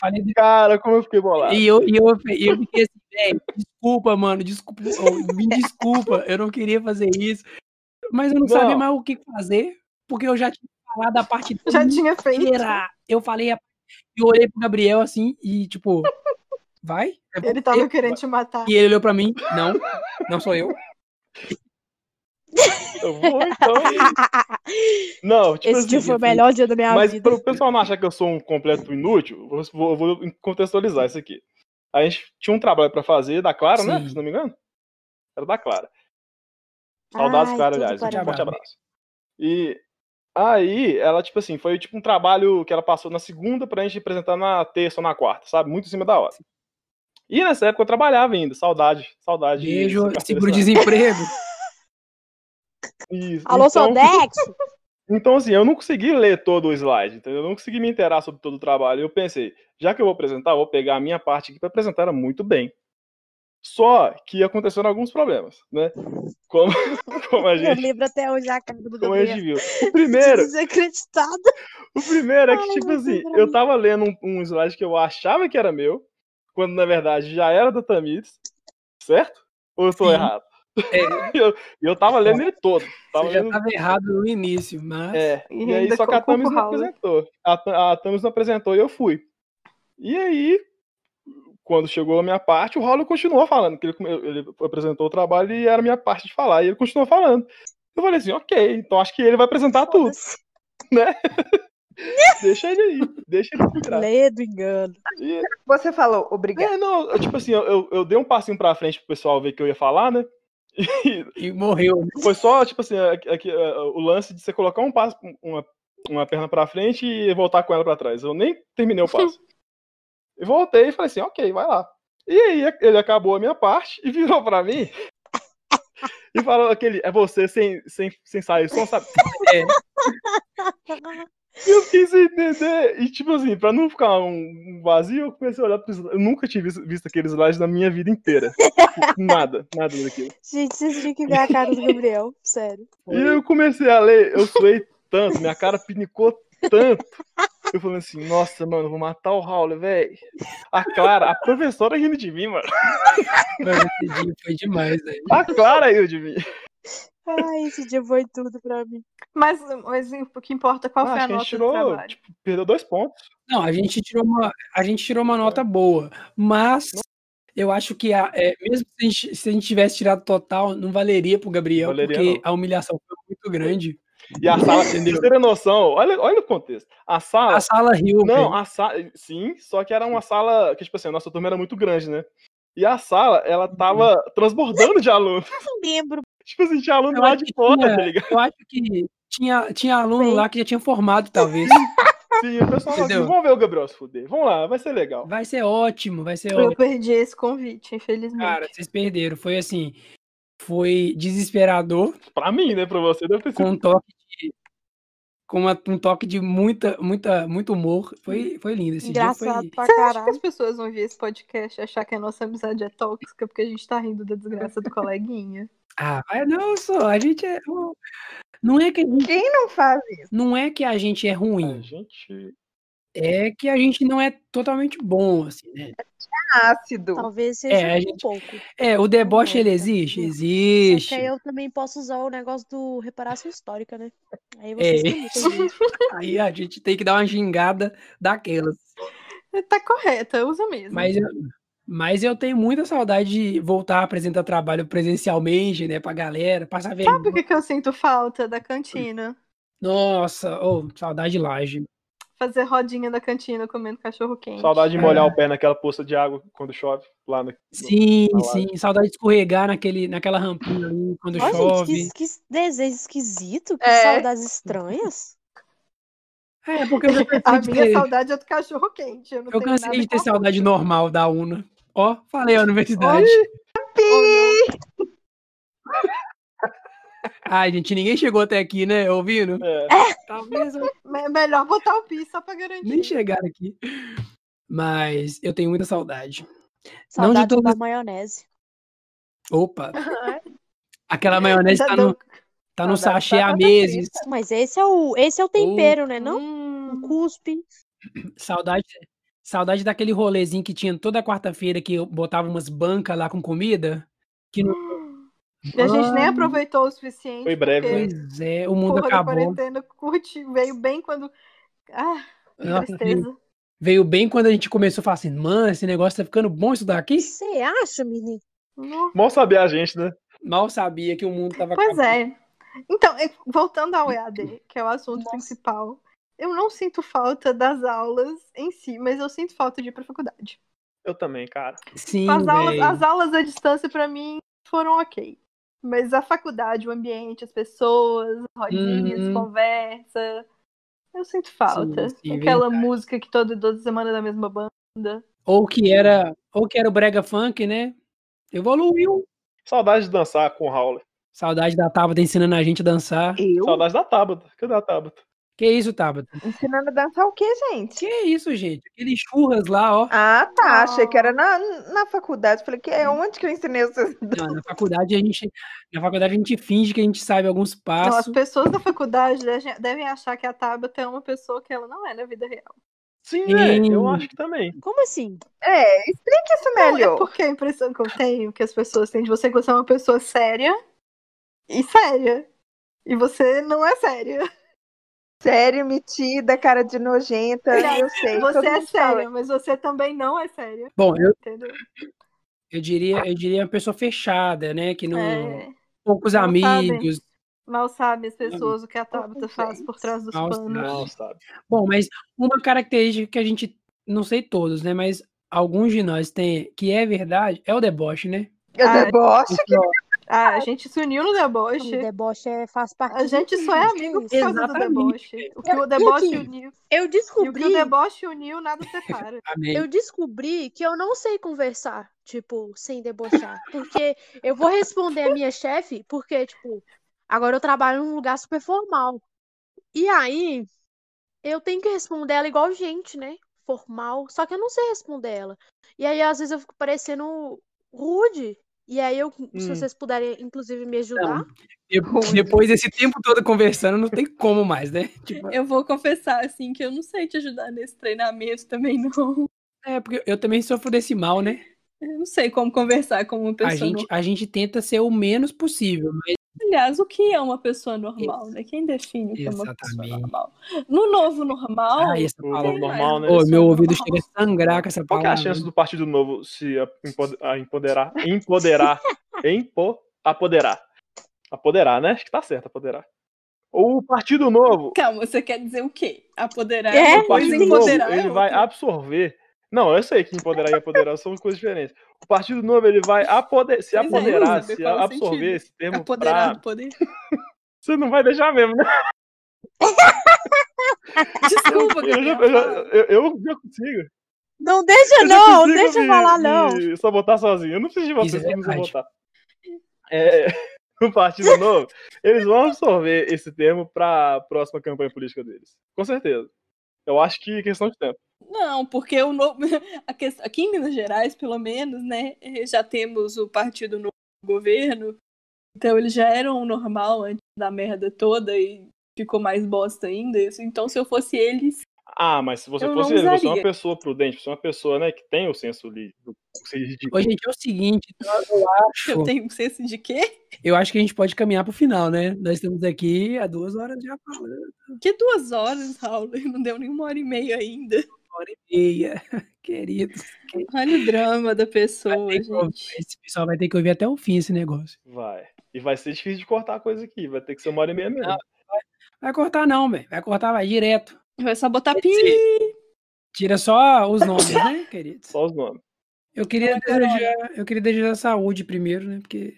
[SPEAKER 2] falei
[SPEAKER 3] Cara, como eu fiquei bolado.
[SPEAKER 2] E eu, e eu, e eu fiquei assim, velho, desculpa, mano, desculpa, ô, me desculpa, eu não queria fazer isso. Mas eu não,
[SPEAKER 3] Não.
[SPEAKER 2] sabia mais o que fazer, porque eu já tinha falado a parte
[SPEAKER 6] Já tinha feito.
[SPEAKER 2] inteira. Eu falei, a- eu olhei pro Gabriel assim e tipo, vai? É
[SPEAKER 6] Uh, Ele
[SPEAKER 2] você?
[SPEAKER 6] tava querendo te matar.
[SPEAKER 2] E ele olhou pra mim, não, não sou eu.
[SPEAKER 3] Eu vou, então. Não, tipo
[SPEAKER 7] Esse
[SPEAKER 3] assim,
[SPEAKER 7] dia foi o melhor dia da minha
[SPEAKER 3] Mas
[SPEAKER 7] vida.
[SPEAKER 3] para o pessoal não achar que eu sou um completo inútil, eu vou, eu vou contextualizar isso aqui. A gente tinha um trabalho pra fazer da Clara, né?
[SPEAKER 2] Sim.
[SPEAKER 3] Se não me engano. Era da Clara. Saudades,
[SPEAKER 4] Ai,
[SPEAKER 3] Clara,
[SPEAKER 4] tudo
[SPEAKER 3] aliás. Um
[SPEAKER 4] para
[SPEAKER 2] bom.
[SPEAKER 3] forte abraço. E aí, ela, tipo assim, foi tipo um trabalho que ela passou na segunda pra gente apresentar na terça ou na quarta, sabe? Muito em cima da hora. E nessa época eu trabalhava ainda. Saudade, saudade. de
[SPEAKER 2] Beijo,
[SPEAKER 3] ser carteira assinada.
[SPEAKER 2] seguro-desemprego.
[SPEAKER 3] Isso.
[SPEAKER 7] Alô,
[SPEAKER 3] então,
[SPEAKER 7] Sodex?
[SPEAKER 3] então, assim, eu não consegui ler todo o slide, entendeu? Eu não consegui me inteirar sobre todo o trabalho. Eu pensei, já que eu vou apresentar, eu vou pegar a minha parte aqui para apresentar ela muito bem. Só que aconteceram alguns problemas, né? Como, como a
[SPEAKER 7] Eu
[SPEAKER 3] gente, Então, é
[SPEAKER 7] lembro até hoje a cara do
[SPEAKER 3] como a
[SPEAKER 7] Gabriel.
[SPEAKER 3] gente viu. O primeiro,
[SPEAKER 7] Desacreditado.
[SPEAKER 3] o primeiro é que,
[SPEAKER 7] Ai,
[SPEAKER 3] tipo
[SPEAKER 7] meu
[SPEAKER 3] assim,
[SPEAKER 7] Deus.
[SPEAKER 3] eu tava lendo um, um slide que eu achava que era meu, quando na verdade já era da Tamires, certo? Ou eu tô
[SPEAKER 2] Sim.
[SPEAKER 3] errado?
[SPEAKER 2] É.
[SPEAKER 3] eu, eu tava lendo ele todo. Tava
[SPEAKER 2] Você já
[SPEAKER 3] lendo
[SPEAKER 2] tava errado no início, mas.
[SPEAKER 3] É,
[SPEAKER 6] E
[SPEAKER 3] e aí
[SPEAKER 6] ainda
[SPEAKER 3] só que a
[SPEAKER 6] com o
[SPEAKER 3] Thames não
[SPEAKER 6] Howard.
[SPEAKER 3] apresentou. A, Tha- a Thames não apresentou e eu fui. E aí, quando chegou a minha parte, o Holland continuou falando, que ele, come- ele apresentou o trabalho e era a minha parte de falar, e ele continuou falando. Eu falei assim, ok, então acho que ele vai apresentar tudo.
[SPEAKER 7] Foda-se.
[SPEAKER 3] Deixa ele aí, deixa ele entrar.
[SPEAKER 7] Lê do engano.
[SPEAKER 3] E-
[SPEAKER 4] Você falou obrigado.
[SPEAKER 3] é, não, eu, tipo assim, eu- eu, eu dei um passinho pra frente pro pessoal ver que eu ia falar, né? E
[SPEAKER 2] E morreu. né?
[SPEAKER 3] foi só, tipo assim, a- a- a- o lance de você colocar um passo, uma, uma perna pra frente e voltar com ela pra trás. Eu nem terminei o passo. E voltei e falei assim, ok, vai lá. E aí ele acabou a minha parte e virou pra mim e falou aquele, é você sem, sem, sem sair som, sabe?
[SPEAKER 2] É.
[SPEAKER 3] E eu fiquei sem entender. E tipo assim, pra não ficar um um vazio, eu comecei a olhar pro slides. Eu nunca tinha visto, visto aqueles slides na minha vida inteira. Tipo, Nada, nada daquilo.
[SPEAKER 7] Gente, vocês tinham que ver a cara do Gabriel. Sério.
[SPEAKER 3] E eu comecei a ler, eu suei tanto, minha cara pinicou tanto. Eu falei assim, nossa, mano, eu vou matar o Raul, velho. A Clara, a professora rindo de mim, mano.
[SPEAKER 2] Mas esse dia foi demais, né? velho.
[SPEAKER 3] A Clara riu de mim.
[SPEAKER 7] Ai, esse dia foi tudo pra mim.
[SPEAKER 6] Mas, mas o que importa qual
[SPEAKER 3] Ah,
[SPEAKER 6] foi
[SPEAKER 3] acho
[SPEAKER 6] a
[SPEAKER 3] que a
[SPEAKER 6] nota
[SPEAKER 3] gente
[SPEAKER 6] do
[SPEAKER 3] tirou,
[SPEAKER 6] trabalho.
[SPEAKER 3] tipo, perdeu dois pontos.
[SPEAKER 2] Não, a gente tirou uma, a gente tirou uma nota boa, mas eu acho que a- é, mesmo se a, gente, se a gente tivesse tirado total, não valeria pro Gabriel,
[SPEAKER 3] Valeria,
[SPEAKER 2] porque
[SPEAKER 3] não.
[SPEAKER 2] a humilhação foi muito grande.
[SPEAKER 3] E a sala,
[SPEAKER 2] Entendeu?
[SPEAKER 3] vocês terem noção, olha, olha o contexto. A sala,
[SPEAKER 2] A sala riu,
[SPEAKER 3] não,
[SPEAKER 2] velho.
[SPEAKER 3] a sala, sim, só que era uma sala, que tipo assim, a nossa turma era muito grande, né? E a sala, ela tava transbordando de aluno.
[SPEAKER 7] Não lembro.
[SPEAKER 3] Tipo assim, tinha aluno
[SPEAKER 2] Eu
[SPEAKER 3] lá
[SPEAKER 2] acho
[SPEAKER 3] de
[SPEAKER 2] que
[SPEAKER 3] fora,
[SPEAKER 2] tinha-
[SPEAKER 3] tá ligado?
[SPEAKER 2] eu acho que tinha, tinha aluno
[SPEAKER 7] Bem.
[SPEAKER 2] lá que já tinha formado, talvez.
[SPEAKER 3] Sim, o pessoal falou assim,
[SPEAKER 2] Entendeu?
[SPEAKER 3] vamos ver o Gabriel se fuder. Vamos lá, vai ser legal.
[SPEAKER 2] Vai ser ótimo, vai ser
[SPEAKER 6] Eu
[SPEAKER 2] ótimo.
[SPEAKER 6] perdi esse convite, infelizmente.
[SPEAKER 2] Cara, vocês perderam. Foi assim, foi desesperador.
[SPEAKER 3] Pra mim, né? Pra você deve ter sido
[SPEAKER 2] com um toque de, com uma- um toque de muita, muita, muito humor. Foi, foi lindo esse
[SPEAKER 7] Engraçado
[SPEAKER 2] dia. Foi...
[SPEAKER 7] pra
[SPEAKER 6] Você acha que as
[SPEAKER 7] caralho.
[SPEAKER 6] pessoas vão ver esse podcast e achar que a nossa amizade é tóxica porque a gente tá rindo da desgraça do coleguinha?
[SPEAKER 2] Ah, mas não, só a gente é. Não é que a gente,
[SPEAKER 4] Quem não faz isso?
[SPEAKER 2] não é que a gente é
[SPEAKER 3] A
[SPEAKER 2] ruim,
[SPEAKER 3] gente.
[SPEAKER 2] é que a gente não é totalmente bom, assim, né?
[SPEAKER 4] Ácido.
[SPEAKER 7] Talvez
[SPEAKER 2] É,
[SPEAKER 7] seja
[SPEAKER 2] a
[SPEAKER 7] um
[SPEAKER 2] gente-
[SPEAKER 7] pouco.
[SPEAKER 2] É, o deboche ele
[SPEAKER 7] Concordo,
[SPEAKER 2] existe?
[SPEAKER 7] concordo.
[SPEAKER 5] é
[SPEAKER 7] Só que
[SPEAKER 2] Existe.
[SPEAKER 7] aí eu também posso usar o negócio do reparação histórica, né? Aí
[SPEAKER 2] É
[SPEAKER 7] vocês que lutem mesmo.
[SPEAKER 2] isso. Aí a gente tem que dar uma gingada daquelas.
[SPEAKER 6] Tá correta, usa mesmo.
[SPEAKER 2] Mas eu, mas eu tenho muita saudade de voltar a apresentar trabalho presencialmente, né, pra galera, passar vergonha.
[SPEAKER 6] Sabe o que, que eu sinto falta da cantina?
[SPEAKER 2] Nossa, ô, saudade de laje.
[SPEAKER 6] Fazer rodinha da cantina comendo cachorro quente.
[SPEAKER 3] Saudade
[SPEAKER 2] É.
[SPEAKER 3] de molhar o pé naquela poça de água quando chove lá no.
[SPEAKER 2] Sim,
[SPEAKER 3] na laje.
[SPEAKER 2] sim. Saudade de escorregar naquele, naquela rampinha ali quando
[SPEAKER 7] Ó,
[SPEAKER 2] chove.
[SPEAKER 7] gente, que, que desejo esquisito, que
[SPEAKER 6] É.
[SPEAKER 7] saudades estranhas.
[SPEAKER 2] É, porque eu já
[SPEAKER 6] A
[SPEAKER 2] cansei de
[SPEAKER 6] minha
[SPEAKER 2] ter,
[SPEAKER 6] saudade é do cachorro quente. Eu, não
[SPEAKER 2] eu
[SPEAKER 6] tenho
[SPEAKER 2] cansei
[SPEAKER 6] nada
[SPEAKER 2] de ter
[SPEAKER 6] com a
[SPEAKER 2] saudade
[SPEAKER 6] fruta.
[SPEAKER 2] normal da UNA. Ó, falei a universidade. Ai, gente, ninguém chegou até aqui, né? Ouvindo?
[SPEAKER 3] É,
[SPEAKER 2] Talvez eu
[SPEAKER 6] Me- melhor botar o pi só pra garantir.
[SPEAKER 2] nem chegaram aqui. Mas eu tenho muita saudade. Não de
[SPEAKER 7] Saudades
[SPEAKER 2] todas-
[SPEAKER 7] da maionese.
[SPEAKER 2] Opa! Aquela maionese
[SPEAKER 6] Já
[SPEAKER 2] tá
[SPEAKER 6] deu-
[SPEAKER 2] no, tá no
[SPEAKER 6] tá dando
[SPEAKER 2] sachê há
[SPEAKER 6] batata
[SPEAKER 2] meses.
[SPEAKER 5] Mas esse é o, esse é o tempero, né? Não
[SPEAKER 2] Hum.
[SPEAKER 6] Hum.
[SPEAKER 5] um cuspe.
[SPEAKER 2] Saudade, saudade daquele rolezinho que tinha toda quarta-feira que eu botava umas bancas lá com comida. Que não...
[SPEAKER 6] E a gente nem aproveitou o suficiente.
[SPEAKER 3] Foi breve,
[SPEAKER 6] porque
[SPEAKER 3] né?
[SPEAKER 2] Hum. Pois é, o
[SPEAKER 6] a
[SPEAKER 2] mundo
[SPEAKER 6] Porra da
[SPEAKER 2] acabou.
[SPEAKER 6] quarentena curte, veio bem quando. Ah, que
[SPEAKER 2] Nossa, veio,
[SPEAKER 6] tristeza.
[SPEAKER 2] veio bem quando a gente começou a falar assim, mano, esse negócio tá ficando bom estudar aqui.
[SPEAKER 5] Você acha, menino?
[SPEAKER 6] Nossa.
[SPEAKER 3] Mal sabia a gente, né?
[SPEAKER 2] Mal sabia que o mundo tava
[SPEAKER 6] Pois
[SPEAKER 2] acabando.
[SPEAKER 6] é. Então, e- voltando ao EAD, que é o assunto principal, eu não sinto falta das aulas em si, mas eu sinto falta de ir pra faculdade.
[SPEAKER 3] Eu também, cara.
[SPEAKER 2] Sim,
[SPEAKER 6] As aulas,
[SPEAKER 2] véi.
[SPEAKER 6] as aulas à distância, pra mim, foram ok. Mas a faculdade, o ambiente, as pessoas, rodinhas,
[SPEAKER 2] Uhum.
[SPEAKER 6] conversa. Eu sinto falta.
[SPEAKER 2] Sim, sim,
[SPEAKER 6] Aquela
[SPEAKER 2] verdade.
[SPEAKER 6] música que toda, toda semana é da mesma banda.
[SPEAKER 2] Ou que era, ou que era o brega funk, né? Evoluiu.
[SPEAKER 3] Saudade de dançar com o Raul.
[SPEAKER 2] Saudade da Tabata ensinando a gente a dançar.
[SPEAKER 4] Eu?
[SPEAKER 3] Saudade da Tabata. Cadê a Tabata?
[SPEAKER 2] Que isso, Tabata?
[SPEAKER 4] Ensinando a dançar o quê, gente?
[SPEAKER 2] Que isso, gente? Aqueles churras lá, ó.
[SPEAKER 4] Ah, tá. Achei que era na, na faculdade. Falei, que é onde que eu ensinei vocês?
[SPEAKER 2] Não, na faculdade a gente, na faculdade a gente finge que a gente sabe alguns
[SPEAKER 6] Não, as
[SPEAKER 2] passos.
[SPEAKER 6] pessoas da faculdade dege- devem achar que a Tabata é uma pessoa que ela não é na vida real.
[SPEAKER 3] Sim, né? Eu
[SPEAKER 2] Sim.
[SPEAKER 3] acho que também.
[SPEAKER 5] Como assim?
[SPEAKER 4] É, explique isso
[SPEAKER 6] Não, é
[SPEAKER 4] melhor.
[SPEAKER 6] porque a impressão que eu tenho que as pessoas têm de você é que você é uma pessoa séria e séria. E você não é séria.
[SPEAKER 4] Sério, metida, cara de nojenta. Eu sei. todo
[SPEAKER 6] Você é
[SPEAKER 4] mundo fala.
[SPEAKER 6] séria, mas você também não é séria,
[SPEAKER 2] Bom, eu,
[SPEAKER 6] entendeu?
[SPEAKER 2] eu diria, eu diria uma pessoa fechada, né? Que não
[SPEAKER 6] É,
[SPEAKER 2] poucos
[SPEAKER 6] não sabe.
[SPEAKER 2] amigos.
[SPEAKER 6] mal sabe as pessoas o que a Tabata faz por trás dos
[SPEAKER 2] Mal
[SPEAKER 6] panos.
[SPEAKER 3] Não, sabe.
[SPEAKER 2] Bom, mas uma característica que a gente, não sei todos, né? Mas alguns de nós tem, que é verdade, é o deboche, né?
[SPEAKER 4] Eu
[SPEAKER 6] Ah,
[SPEAKER 4] deboche.
[SPEAKER 6] Ah, a gente se uniu no
[SPEAKER 5] O
[SPEAKER 6] deboche.
[SPEAKER 5] deboche é- faz parte.
[SPEAKER 6] A
[SPEAKER 5] de
[SPEAKER 6] gente
[SPEAKER 5] tudo,
[SPEAKER 6] só é
[SPEAKER 5] gente.
[SPEAKER 6] amigo por
[SPEAKER 5] Que isso?
[SPEAKER 6] causa do
[SPEAKER 2] Exatamente.
[SPEAKER 6] deboche. O que o deboche uniu.
[SPEAKER 5] Eu
[SPEAKER 6] E o que o
[SPEAKER 5] descobri,
[SPEAKER 6] deboche uniu, nada separa.
[SPEAKER 2] Amém.
[SPEAKER 5] eu descobri que eu não sei conversar, tipo, sem debochar. Porque eu vou responder a minha chefe, porque, tipo, agora eu trabalho num lugar super formal. E aí, eu tenho que responder ela igual gente, né? Formal. Só que eu não sei responder ela. E aí, às vezes, eu fico parecendo rude. E aí, eu, se
[SPEAKER 3] Hum.
[SPEAKER 5] vocês puderem, inclusive, me ajudar.
[SPEAKER 2] Não, de- depois desse tempo todo conversando, não tem como mais, né? Tipo,
[SPEAKER 1] Eu vou confessar, assim, que eu não sei te ajudar nesse treinamento também, não.
[SPEAKER 2] é, porque eu também sofro desse mal, né?
[SPEAKER 1] Eu não sei como conversar com uma pessoa
[SPEAKER 2] A gente,
[SPEAKER 1] normal.
[SPEAKER 2] a gente tenta ser o menos possível, mas
[SPEAKER 1] Aliás, o que é uma pessoa normal, né? Quem define o que é uma pessoa
[SPEAKER 2] Exatamente.
[SPEAKER 1] normal? No novo normal,
[SPEAKER 2] Ai, essa
[SPEAKER 3] O
[SPEAKER 2] palavra.
[SPEAKER 1] tem mais
[SPEAKER 3] normal,
[SPEAKER 1] uma
[SPEAKER 3] né?
[SPEAKER 2] Ô,
[SPEAKER 1] pessoa
[SPEAKER 2] meu ouvido
[SPEAKER 1] normal.
[SPEAKER 2] chega a sangrar com essa
[SPEAKER 3] Qual que é
[SPEAKER 2] palavra.
[SPEAKER 3] a chance do Partido Novo se a- empoder- a empoderar? Empoderar. Empo, apoderar. Apoderar, né? Acho que tá certo, apoderar. O Partido Novo.
[SPEAKER 1] Calma, você quer dizer o quê? Apoderar
[SPEAKER 5] É?
[SPEAKER 1] é uma
[SPEAKER 3] o
[SPEAKER 1] coisa,
[SPEAKER 3] Partido Novo,
[SPEAKER 1] empoderar é
[SPEAKER 3] ele vai
[SPEAKER 1] outra.
[SPEAKER 3] absorver. Não, eu sei que empoderar e apoderar são coisas diferentes. O Partido Novo, ele vai apoder- se
[SPEAKER 1] Pois é,
[SPEAKER 3] apoderar,
[SPEAKER 1] eu quero saber
[SPEAKER 3] se
[SPEAKER 1] qual é o
[SPEAKER 3] absorver
[SPEAKER 1] sentido.
[SPEAKER 3] esse termo
[SPEAKER 1] Apoderar
[SPEAKER 3] pra...
[SPEAKER 1] do poder.
[SPEAKER 3] Você não vai deixar mesmo, né?
[SPEAKER 1] Desculpa,
[SPEAKER 3] Eu já,
[SPEAKER 1] Gabriel.
[SPEAKER 3] eu já-
[SPEAKER 1] fala.
[SPEAKER 3] eu- eu já consigo.
[SPEAKER 5] Não deixa,
[SPEAKER 3] Eu já
[SPEAKER 5] não!
[SPEAKER 3] consigo
[SPEAKER 5] Deixa eu
[SPEAKER 3] me-
[SPEAKER 5] falar, não!
[SPEAKER 3] me sabotar sozinho. Eu não preciso de
[SPEAKER 2] Isso é
[SPEAKER 3] vocês pra me
[SPEAKER 2] verdade.
[SPEAKER 3] sabotar. É, o Partido Novo, eles vão absorver esse termo pra próxima campanha política deles. Com certeza. Eu acho que é questão de tempo.
[SPEAKER 1] Não, porque o novo... a questão- aqui em Minas Gerais, pelo menos, né, eh, já temos o partido novo no governo, então eles já eram normal antes da merda toda e ficou mais bosta ainda. Então, se eu fosse eles,
[SPEAKER 3] Ah, mas se você
[SPEAKER 1] Eu
[SPEAKER 3] fosse
[SPEAKER 1] não
[SPEAKER 3] ele, você é uma
[SPEAKER 1] usaria.
[SPEAKER 3] pessoa prudente, você é uma pessoa né, que tem o senso li- do o senso de-
[SPEAKER 2] Ô, gente, é o seguinte, eu
[SPEAKER 1] eu
[SPEAKER 2] acho,
[SPEAKER 1] tenho um senso de quê?
[SPEAKER 2] eu acho que a gente pode caminhar pro final, né? Nós estamos aqui há duas horas já falando,
[SPEAKER 1] Que duas horas, Raul, não deu nenhuma hora e meia ainda.
[SPEAKER 2] uma hora e meia, queridos. quem
[SPEAKER 1] Olha o drama da
[SPEAKER 2] vai
[SPEAKER 1] pessoa,
[SPEAKER 2] ter que ouvir?
[SPEAKER 1] gente.
[SPEAKER 2] Esse pessoal vai ter que ouvir até o fim esse negócio.
[SPEAKER 3] Vai. E vai ser difícil de cortar a coisa aqui. Vai ter que ser uma hora e meia mesmo.
[SPEAKER 2] Ah. Vai cortar não, velho. Vai cortar, vai direto.
[SPEAKER 1] Vai só botar
[SPEAKER 2] Quer
[SPEAKER 1] pi.
[SPEAKER 2] dizer, Tira só os nomes, né, queridos?
[SPEAKER 3] Só os nomes.
[SPEAKER 2] Eu queria,
[SPEAKER 1] Não é corona.
[SPEAKER 2] desejar, eu queria desejar saúde primeiro, né? Porque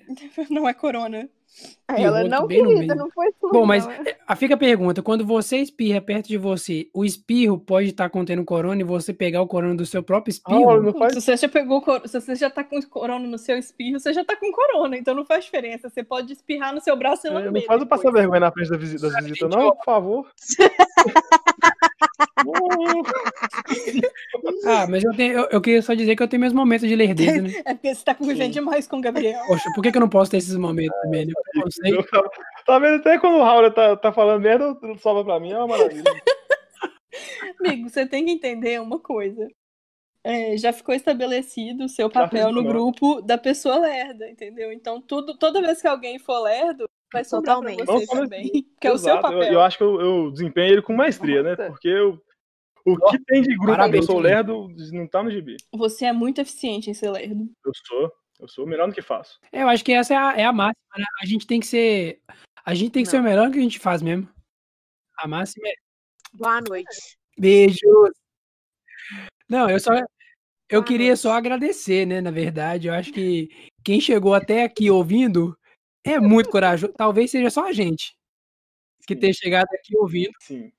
[SPEAKER 1] Não é corona.
[SPEAKER 2] Ih,
[SPEAKER 4] Ela
[SPEAKER 2] outro
[SPEAKER 4] não,
[SPEAKER 2] bem no
[SPEAKER 4] querida,
[SPEAKER 2] meio.
[SPEAKER 4] não foi tudo.
[SPEAKER 2] Bom, mas
[SPEAKER 4] não. né?
[SPEAKER 2] é, a fica a pergunta: quando você espirra perto de você, o espirro pode estar contendo corona e você pegar o corona do seu próprio
[SPEAKER 3] Ah,
[SPEAKER 2] espirro?
[SPEAKER 3] não faz...
[SPEAKER 1] Se você já pegou cor- se você já tá com corona no seu espirro, você já tá com corona, então não faz diferença. Você pode espirrar no seu braço e
[SPEAKER 3] é,
[SPEAKER 1] lamber.
[SPEAKER 3] Não faz eu
[SPEAKER 1] depois.
[SPEAKER 3] passar vergonha na frente da visita, das visitas, não, por favor.
[SPEAKER 2] Ah, mas eu, tenho, eu, eu queria só dizer que eu tenho meus momentos de lerdeza, né?
[SPEAKER 1] É porque você tá convivendo demais com o Gabriel.
[SPEAKER 2] Poxa, por que, que eu não posso ter esses momentos também, né? Eu não sei.
[SPEAKER 3] Eu tava- Tá vendo? Até quando o Raul tá, tá falando merda, sobra pra mim, é uma maravilha.
[SPEAKER 1] Amigo, você tem que entender uma coisa. É, já ficou estabelecido o seu
[SPEAKER 3] Já
[SPEAKER 1] papel
[SPEAKER 3] fiz
[SPEAKER 1] no
[SPEAKER 3] isso, não.
[SPEAKER 1] grupo da pessoa lerda, entendeu? Então, tudo, toda vez que alguém for lerdo, vai sobrar
[SPEAKER 5] Totalmente.
[SPEAKER 1] pra você
[SPEAKER 3] Não só nesse-
[SPEAKER 1] também. Que é o seu
[SPEAKER 3] Exato, eu-
[SPEAKER 1] papel.
[SPEAKER 3] Eu, acho que eu, eu desempenho ele com maestria, né?
[SPEAKER 4] Nossa.
[SPEAKER 3] Porque eu- o que tem de grupo que eu
[SPEAKER 2] Parabéns,
[SPEAKER 3] sou
[SPEAKER 2] Felipe.
[SPEAKER 3] lerdo não tá no gibi.
[SPEAKER 1] Você é muito eficiente em ser lerdo.
[SPEAKER 3] Eu sou. Eu sou o melhor no que faço.
[SPEAKER 2] É, Eu acho que essa é a, é a máxima, né? A gente tem que ser. A gente tem que ser o melhor que a gente faz mesmo. A máxima é.
[SPEAKER 5] Boa noite.
[SPEAKER 2] Beijos! Não, eu só. Eu queria só agradecer, né? Na verdade, eu acho que quem chegou até aqui ouvindo é muito corajoso. Talvez seja só a gente que ter chegado aqui ouvindo.
[SPEAKER 3] Sim.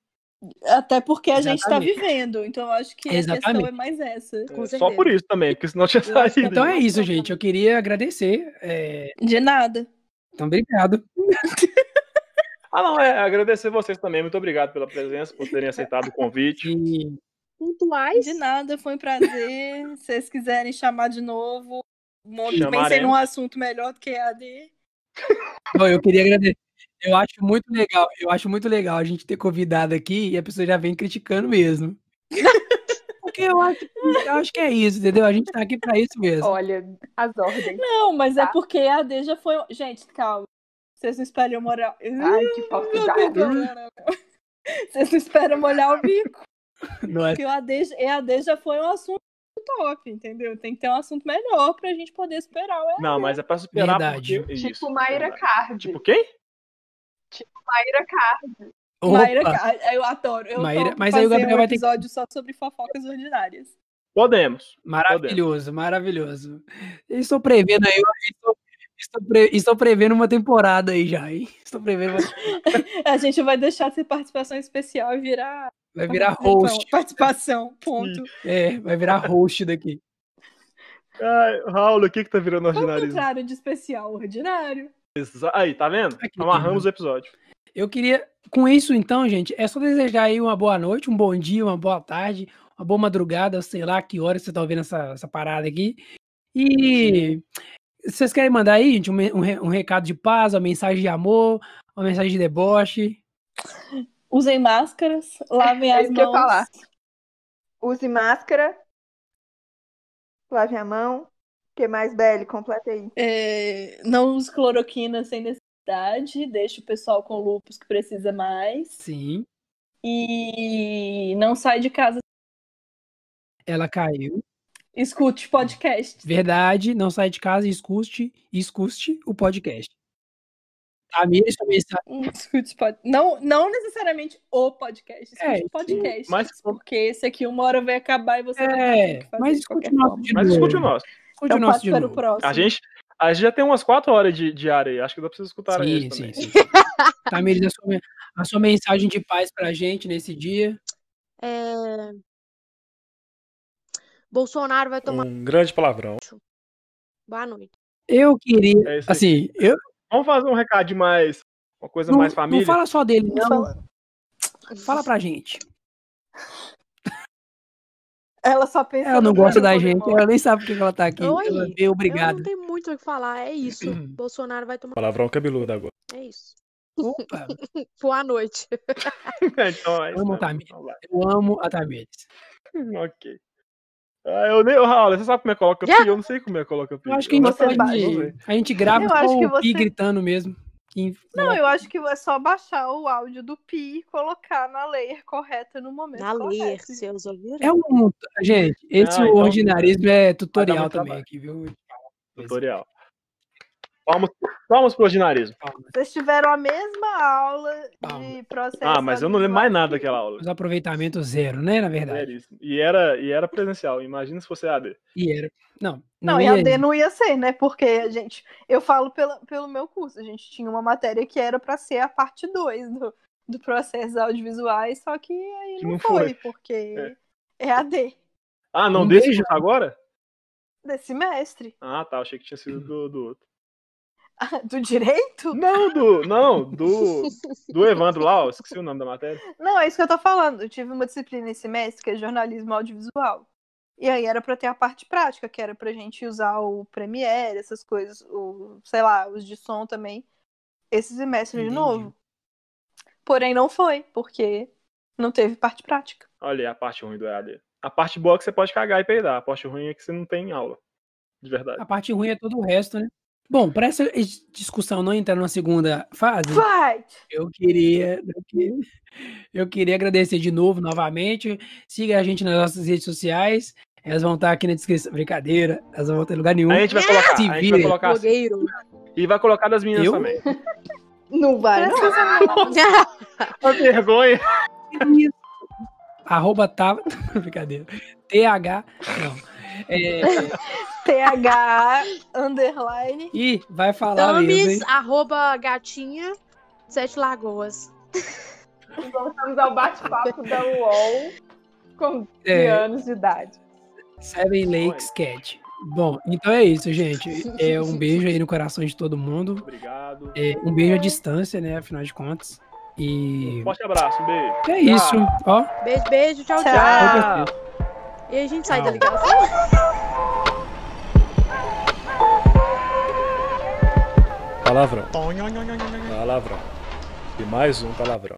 [SPEAKER 1] Até porque a gente tá
[SPEAKER 2] Exatamente.
[SPEAKER 1] vivendo. Então, eu acho que a
[SPEAKER 2] Exatamente.
[SPEAKER 1] questão é mais essa.
[SPEAKER 3] É,
[SPEAKER 5] Com
[SPEAKER 3] só
[SPEAKER 5] certeza.
[SPEAKER 3] por isso também, porque senão tinha
[SPEAKER 5] Eu acho que
[SPEAKER 3] saído.
[SPEAKER 2] Então é
[SPEAKER 5] Exatamente.
[SPEAKER 2] isso, gente. Eu queria agradecer. é,
[SPEAKER 1] De nada.
[SPEAKER 2] Então, obrigado.
[SPEAKER 3] Ah, não, é agradecer vocês também. Muito obrigado pela presença, por terem aceitado o convite.
[SPEAKER 2] E
[SPEAKER 5] Pontuais.
[SPEAKER 1] De nada, foi um prazer. Se vocês quiserem chamar de novo, mon-
[SPEAKER 3] Chamaremos.
[SPEAKER 1] pensei num assunto melhor do que AD.
[SPEAKER 2] Bom, eu queria agradecer. Eu acho muito legal, eu acho muito legal a gente ter convidado aqui e a pessoa já vem criticando mesmo. Porque eu acho, eu acho que é isso, entendeu? A gente tá aqui pra isso mesmo.
[SPEAKER 4] Olha, as ordens.
[SPEAKER 1] Não, mas é
[SPEAKER 4] Tá.
[SPEAKER 1] porque AD já foi. Gente, calma. Vocês não espalham moral.
[SPEAKER 4] Ai, que Tipo, falta
[SPEAKER 1] Meu
[SPEAKER 4] de
[SPEAKER 1] Deus,
[SPEAKER 4] ordem.
[SPEAKER 1] não, não, não. Vocês não esperam molhar o bico,
[SPEAKER 2] Nossa,
[SPEAKER 1] porque o AD, EAD já foi um assunto top, entendeu? Tem que ter um assunto melhor pra gente poder esperar o EAD.
[SPEAKER 3] Não, mas é pra superar
[SPEAKER 2] Verdade.
[SPEAKER 3] porque... é
[SPEAKER 1] É
[SPEAKER 4] Tipo
[SPEAKER 3] isso,
[SPEAKER 4] Mayra
[SPEAKER 3] verdade.
[SPEAKER 4] Card.
[SPEAKER 3] Tipo quem?
[SPEAKER 4] Mayra
[SPEAKER 1] tipo,
[SPEAKER 4] Card.
[SPEAKER 1] Mayra,
[SPEAKER 2] opa,
[SPEAKER 1] Car- eu adoro. Eu
[SPEAKER 2] Mayra-
[SPEAKER 1] topo
[SPEAKER 2] mas aí
[SPEAKER 1] fazer
[SPEAKER 2] o Gabriel
[SPEAKER 1] um
[SPEAKER 2] vai ter que-
[SPEAKER 1] episódio só sobre fofocas ordinárias.
[SPEAKER 3] Podemos.
[SPEAKER 2] maravilhoso, maravilhoso. Eu estou prevendo aí, eu estou, estou pre- estou prevendo uma temporada aí já, hein? Estou prevendo, uma-
[SPEAKER 1] A gente vai deixar ser participação especial e virar
[SPEAKER 2] vai virar
[SPEAKER 1] Então,
[SPEAKER 2] host,
[SPEAKER 1] participação, ponto.
[SPEAKER 2] é, vai virar host daqui.
[SPEAKER 3] Ai, Raul, o que que tá virando
[SPEAKER 1] Foi o
[SPEAKER 3] ordinarismo?
[SPEAKER 1] contrário de especial ordinário.
[SPEAKER 3] Exa- Aí, tá vendo?
[SPEAKER 2] Aqui,
[SPEAKER 3] Amarramos o episódio.
[SPEAKER 2] Eu queria, com isso então, gente, é só desejar aí uma boa noite, um bom dia, uma boa tarde, uma boa madrugada, sei lá que hora você tá ouvindo essa, essa parada aqui. E vocês querem mandar aí, gente, um, me- um re- um recado de paz, uma mensagem de amor, uma mensagem de deboche?
[SPEAKER 1] Usem máscaras, lavem
[SPEAKER 4] É
[SPEAKER 1] as
[SPEAKER 4] isso que eu ia
[SPEAKER 1] mãos.
[SPEAKER 4] falar. Use máscara. Lave a mão. O que mais, Belle? Completa aí.
[SPEAKER 1] É, não use cloroquina sem necessidade. Deixe o pessoal com lupus que precisa mais.
[SPEAKER 2] Sim,
[SPEAKER 1] E não sai de casa.
[SPEAKER 2] ela caiu.
[SPEAKER 1] Escute podcasts.
[SPEAKER 2] Verdade, não sai de casa e escute, escute o podcast. Tamires, sua mensagem.
[SPEAKER 1] Hum, Escute pod... não, não necessariamente o podcast.
[SPEAKER 2] É,
[SPEAKER 1] Escute
[SPEAKER 2] sim,
[SPEAKER 1] podcast.
[SPEAKER 3] mas-
[SPEAKER 1] Porque esse aqui uma hora vai acabar e você vai ter o
[SPEAKER 2] É,
[SPEAKER 1] que fazer
[SPEAKER 2] mas
[SPEAKER 1] de
[SPEAKER 2] escute
[SPEAKER 1] qualquer
[SPEAKER 2] o nosso
[SPEAKER 1] forma.
[SPEAKER 2] de novo.
[SPEAKER 3] Mas escute o nosso.
[SPEAKER 2] Escute o
[SPEAKER 1] Então
[SPEAKER 2] nosso
[SPEAKER 1] passe
[SPEAKER 2] de
[SPEAKER 1] para o
[SPEAKER 2] novo.
[SPEAKER 1] próximo.
[SPEAKER 3] A gente, a gente já tem umas 4 horas de, de área aí. Acho que dá pra vocês escutarem
[SPEAKER 2] Sim,
[SPEAKER 3] isso também.
[SPEAKER 2] sim, sim. Tamires, a sua, a sua mensagem de paz pra gente nesse dia.
[SPEAKER 5] É, Bolsonaro vai
[SPEAKER 2] É.
[SPEAKER 5] tomar.
[SPEAKER 3] Um grande palavrão.
[SPEAKER 5] Boa noite.
[SPEAKER 2] Eu queria,
[SPEAKER 3] É isso aí.
[SPEAKER 2] assim, eu
[SPEAKER 3] Vamos fazer um recado mais. Uma coisa
[SPEAKER 2] não,
[SPEAKER 3] mais
[SPEAKER 2] não
[SPEAKER 3] família.
[SPEAKER 2] fala só dele, não. Fala,
[SPEAKER 1] Fala-
[SPEAKER 2] pra gente.
[SPEAKER 1] Ela só pensa
[SPEAKER 2] Ela não
[SPEAKER 1] no
[SPEAKER 2] gosta da
[SPEAKER 1] Dragon
[SPEAKER 2] gente,
[SPEAKER 1] Ball.
[SPEAKER 2] ela nem sabe por que que ela tá aqui.
[SPEAKER 5] Oi,
[SPEAKER 2] ela veio
[SPEAKER 5] Eu
[SPEAKER 2] obrigada.
[SPEAKER 5] não tenho muito o que falar. É isso. Bolsonaro vai tomar.
[SPEAKER 8] Palavrão cabeludo agora.
[SPEAKER 5] É isso.
[SPEAKER 2] Opa,
[SPEAKER 5] Boa noite.
[SPEAKER 3] então, é isso
[SPEAKER 2] Vamos,
[SPEAKER 3] mesmo.
[SPEAKER 2] Tamires.
[SPEAKER 3] Vamos lá.
[SPEAKER 2] eu amo a Tamires.
[SPEAKER 3] Ok. Ah, eu nem, Ô, Raul, você sabe como é que coloca pi? Eu não sei como é que coloca pi.
[SPEAKER 2] Eu acho que a gente
[SPEAKER 3] não sei,
[SPEAKER 2] pode.
[SPEAKER 3] não sei.
[SPEAKER 2] A gente grava
[SPEAKER 6] Eu
[SPEAKER 2] só
[SPEAKER 6] acho que
[SPEAKER 2] o Pi
[SPEAKER 6] você-
[SPEAKER 2] gritando mesmo. E- né,
[SPEAKER 6] Não, eu acho que é só baixar o áudio do Pi e colocar na layer correta no momento.
[SPEAKER 5] Na ler,
[SPEAKER 4] é
[SPEAKER 6] correto.
[SPEAKER 5] seus ouviram?
[SPEAKER 2] É um. Gente, esse
[SPEAKER 3] Ah, então-
[SPEAKER 2] ordinarismo é tutorial
[SPEAKER 3] muito
[SPEAKER 2] também
[SPEAKER 3] trabalho.
[SPEAKER 2] aqui, viu?
[SPEAKER 3] Tutorial. Palmas, palmas pro ordinarismo.
[SPEAKER 6] Vocês tiveram a mesma aula de
[SPEAKER 2] Palmas.
[SPEAKER 6] processo.
[SPEAKER 3] Ah, mas eu não lembro mais nada daquela aula.
[SPEAKER 2] Mas aproveitamento zero, né? Na verdade.
[SPEAKER 3] Seríssimo. E era, e era presencial. Imagina se fosse AD.
[SPEAKER 2] E era. Não, não,
[SPEAKER 6] Não, e
[SPEAKER 2] ia.
[SPEAKER 6] AD não ia ser, né? Porque a gente, eu falo pela, pelo meu curso, a gente tinha uma matéria que era pra ser a parte 2 do, do processo audiovisuais, só que aí
[SPEAKER 3] Que
[SPEAKER 6] não,
[SPEAKER 3] não foi.
[SPEAKER 6] foi, porque é. AD
[SPEAKER 3] Ah, não,
[SPEAKER 2] Um
[SPEAKER 3] desse
[SPEAKER 2] beijo.
[SPEAKER 3] curso agora?
[SPEAKER 6] desse semestre.
[SPEAKER 3] Ah, tá. Achei que tinha sido do, do outro.
[SPEAKER 9] Do direito?
[SPEAKER 3] Não, do. Não, do. Do Evandro lá, ó, esqueci o nome da matéria.
[SPEAKER 4] Não, é isso que eu tô falando. Eu tive uma disciplina esse mês que é jornalismo audiovisual. E aí era pra ter a parte prática, que era pra gente usar o Premiere, essas coisas, o, sei lá, os de som também, esse semestre de
[SPEAKER 2] Entendi.
[SPEAKER 4] novo. Porém, não foi, porque não teve parte prática.
[SPEAKER 3] Olha aí a parte ruim do EAD. A parte boa é que você pode cagar e peidar. A parte ruim é que você não tem aula. De verdade.
[SPEAKER 2] A parte ruim é todo o resto, né? Bom, para essa es- discussão não entrar numa segunda fase,
[SPEAKER 4] Vai!
[SPEAKER 2] eu queria, eu que- eu queria agradecer de novo, novamente. Siga a gente nas nossas redes sociais. Elas vão estar aqui na descrição. Brincadeira, elas não vão ter lugar nenhum.
[SPEAKER 3] A gente vai colocar. A gente vai
[SPEAKER 2] vira.
[SPEAKER 3] colocar assim.
[SPEAKER 5] Blogueiro.
[SPEAKER 3] E vai colocar das meninas
[SPEAKER 2] Eu?
[SPEAKER 3] também.
[SPEAKER 9] Não vai. não.
[SPEAKER 3] A vergonha.
[SPEAKER 2] Arroba tava. Brincadeira. TH. Não. É,
[SPEAKER 4] TH underline.
[SPEAKER 2] e vai falar
[SPEAKER 5] Então,
[SPEAKER 2] mesmo, hein?
[SPEAKER 5] Tamis, arroba gatinha, Sete Lagoas.
[SPEAKER 10] Voltamos ao bate-papo da UOL com 12
[SPEAKER 2] É,
[SPEAKER 10] anos de idade.
[SPEAKER 2] Seven Lakes Cat. Bom, então é isso, gente. É um beijo aí no coração de todo mundo.
[SPEAKER 3] Obrigado.
[SPEAKER 2] É, um beijo à distância, né? Afinal de contas. E
[SPEAKER 3] Forte abraço, um beijo.
[SPEAKER 2] é isso. Ó,
[SPEAKER 5] Beijo, beijo, tchau, tchau.
[SPEAKER 3] Tchau.
[SPEAKER 5] E a gente sai tá
[SPEAKER 2] Tchau.
[SPEAKER 5] da ligação.
[SPEAKER 11] Palavrão. Palavrão. E mais um palavrão.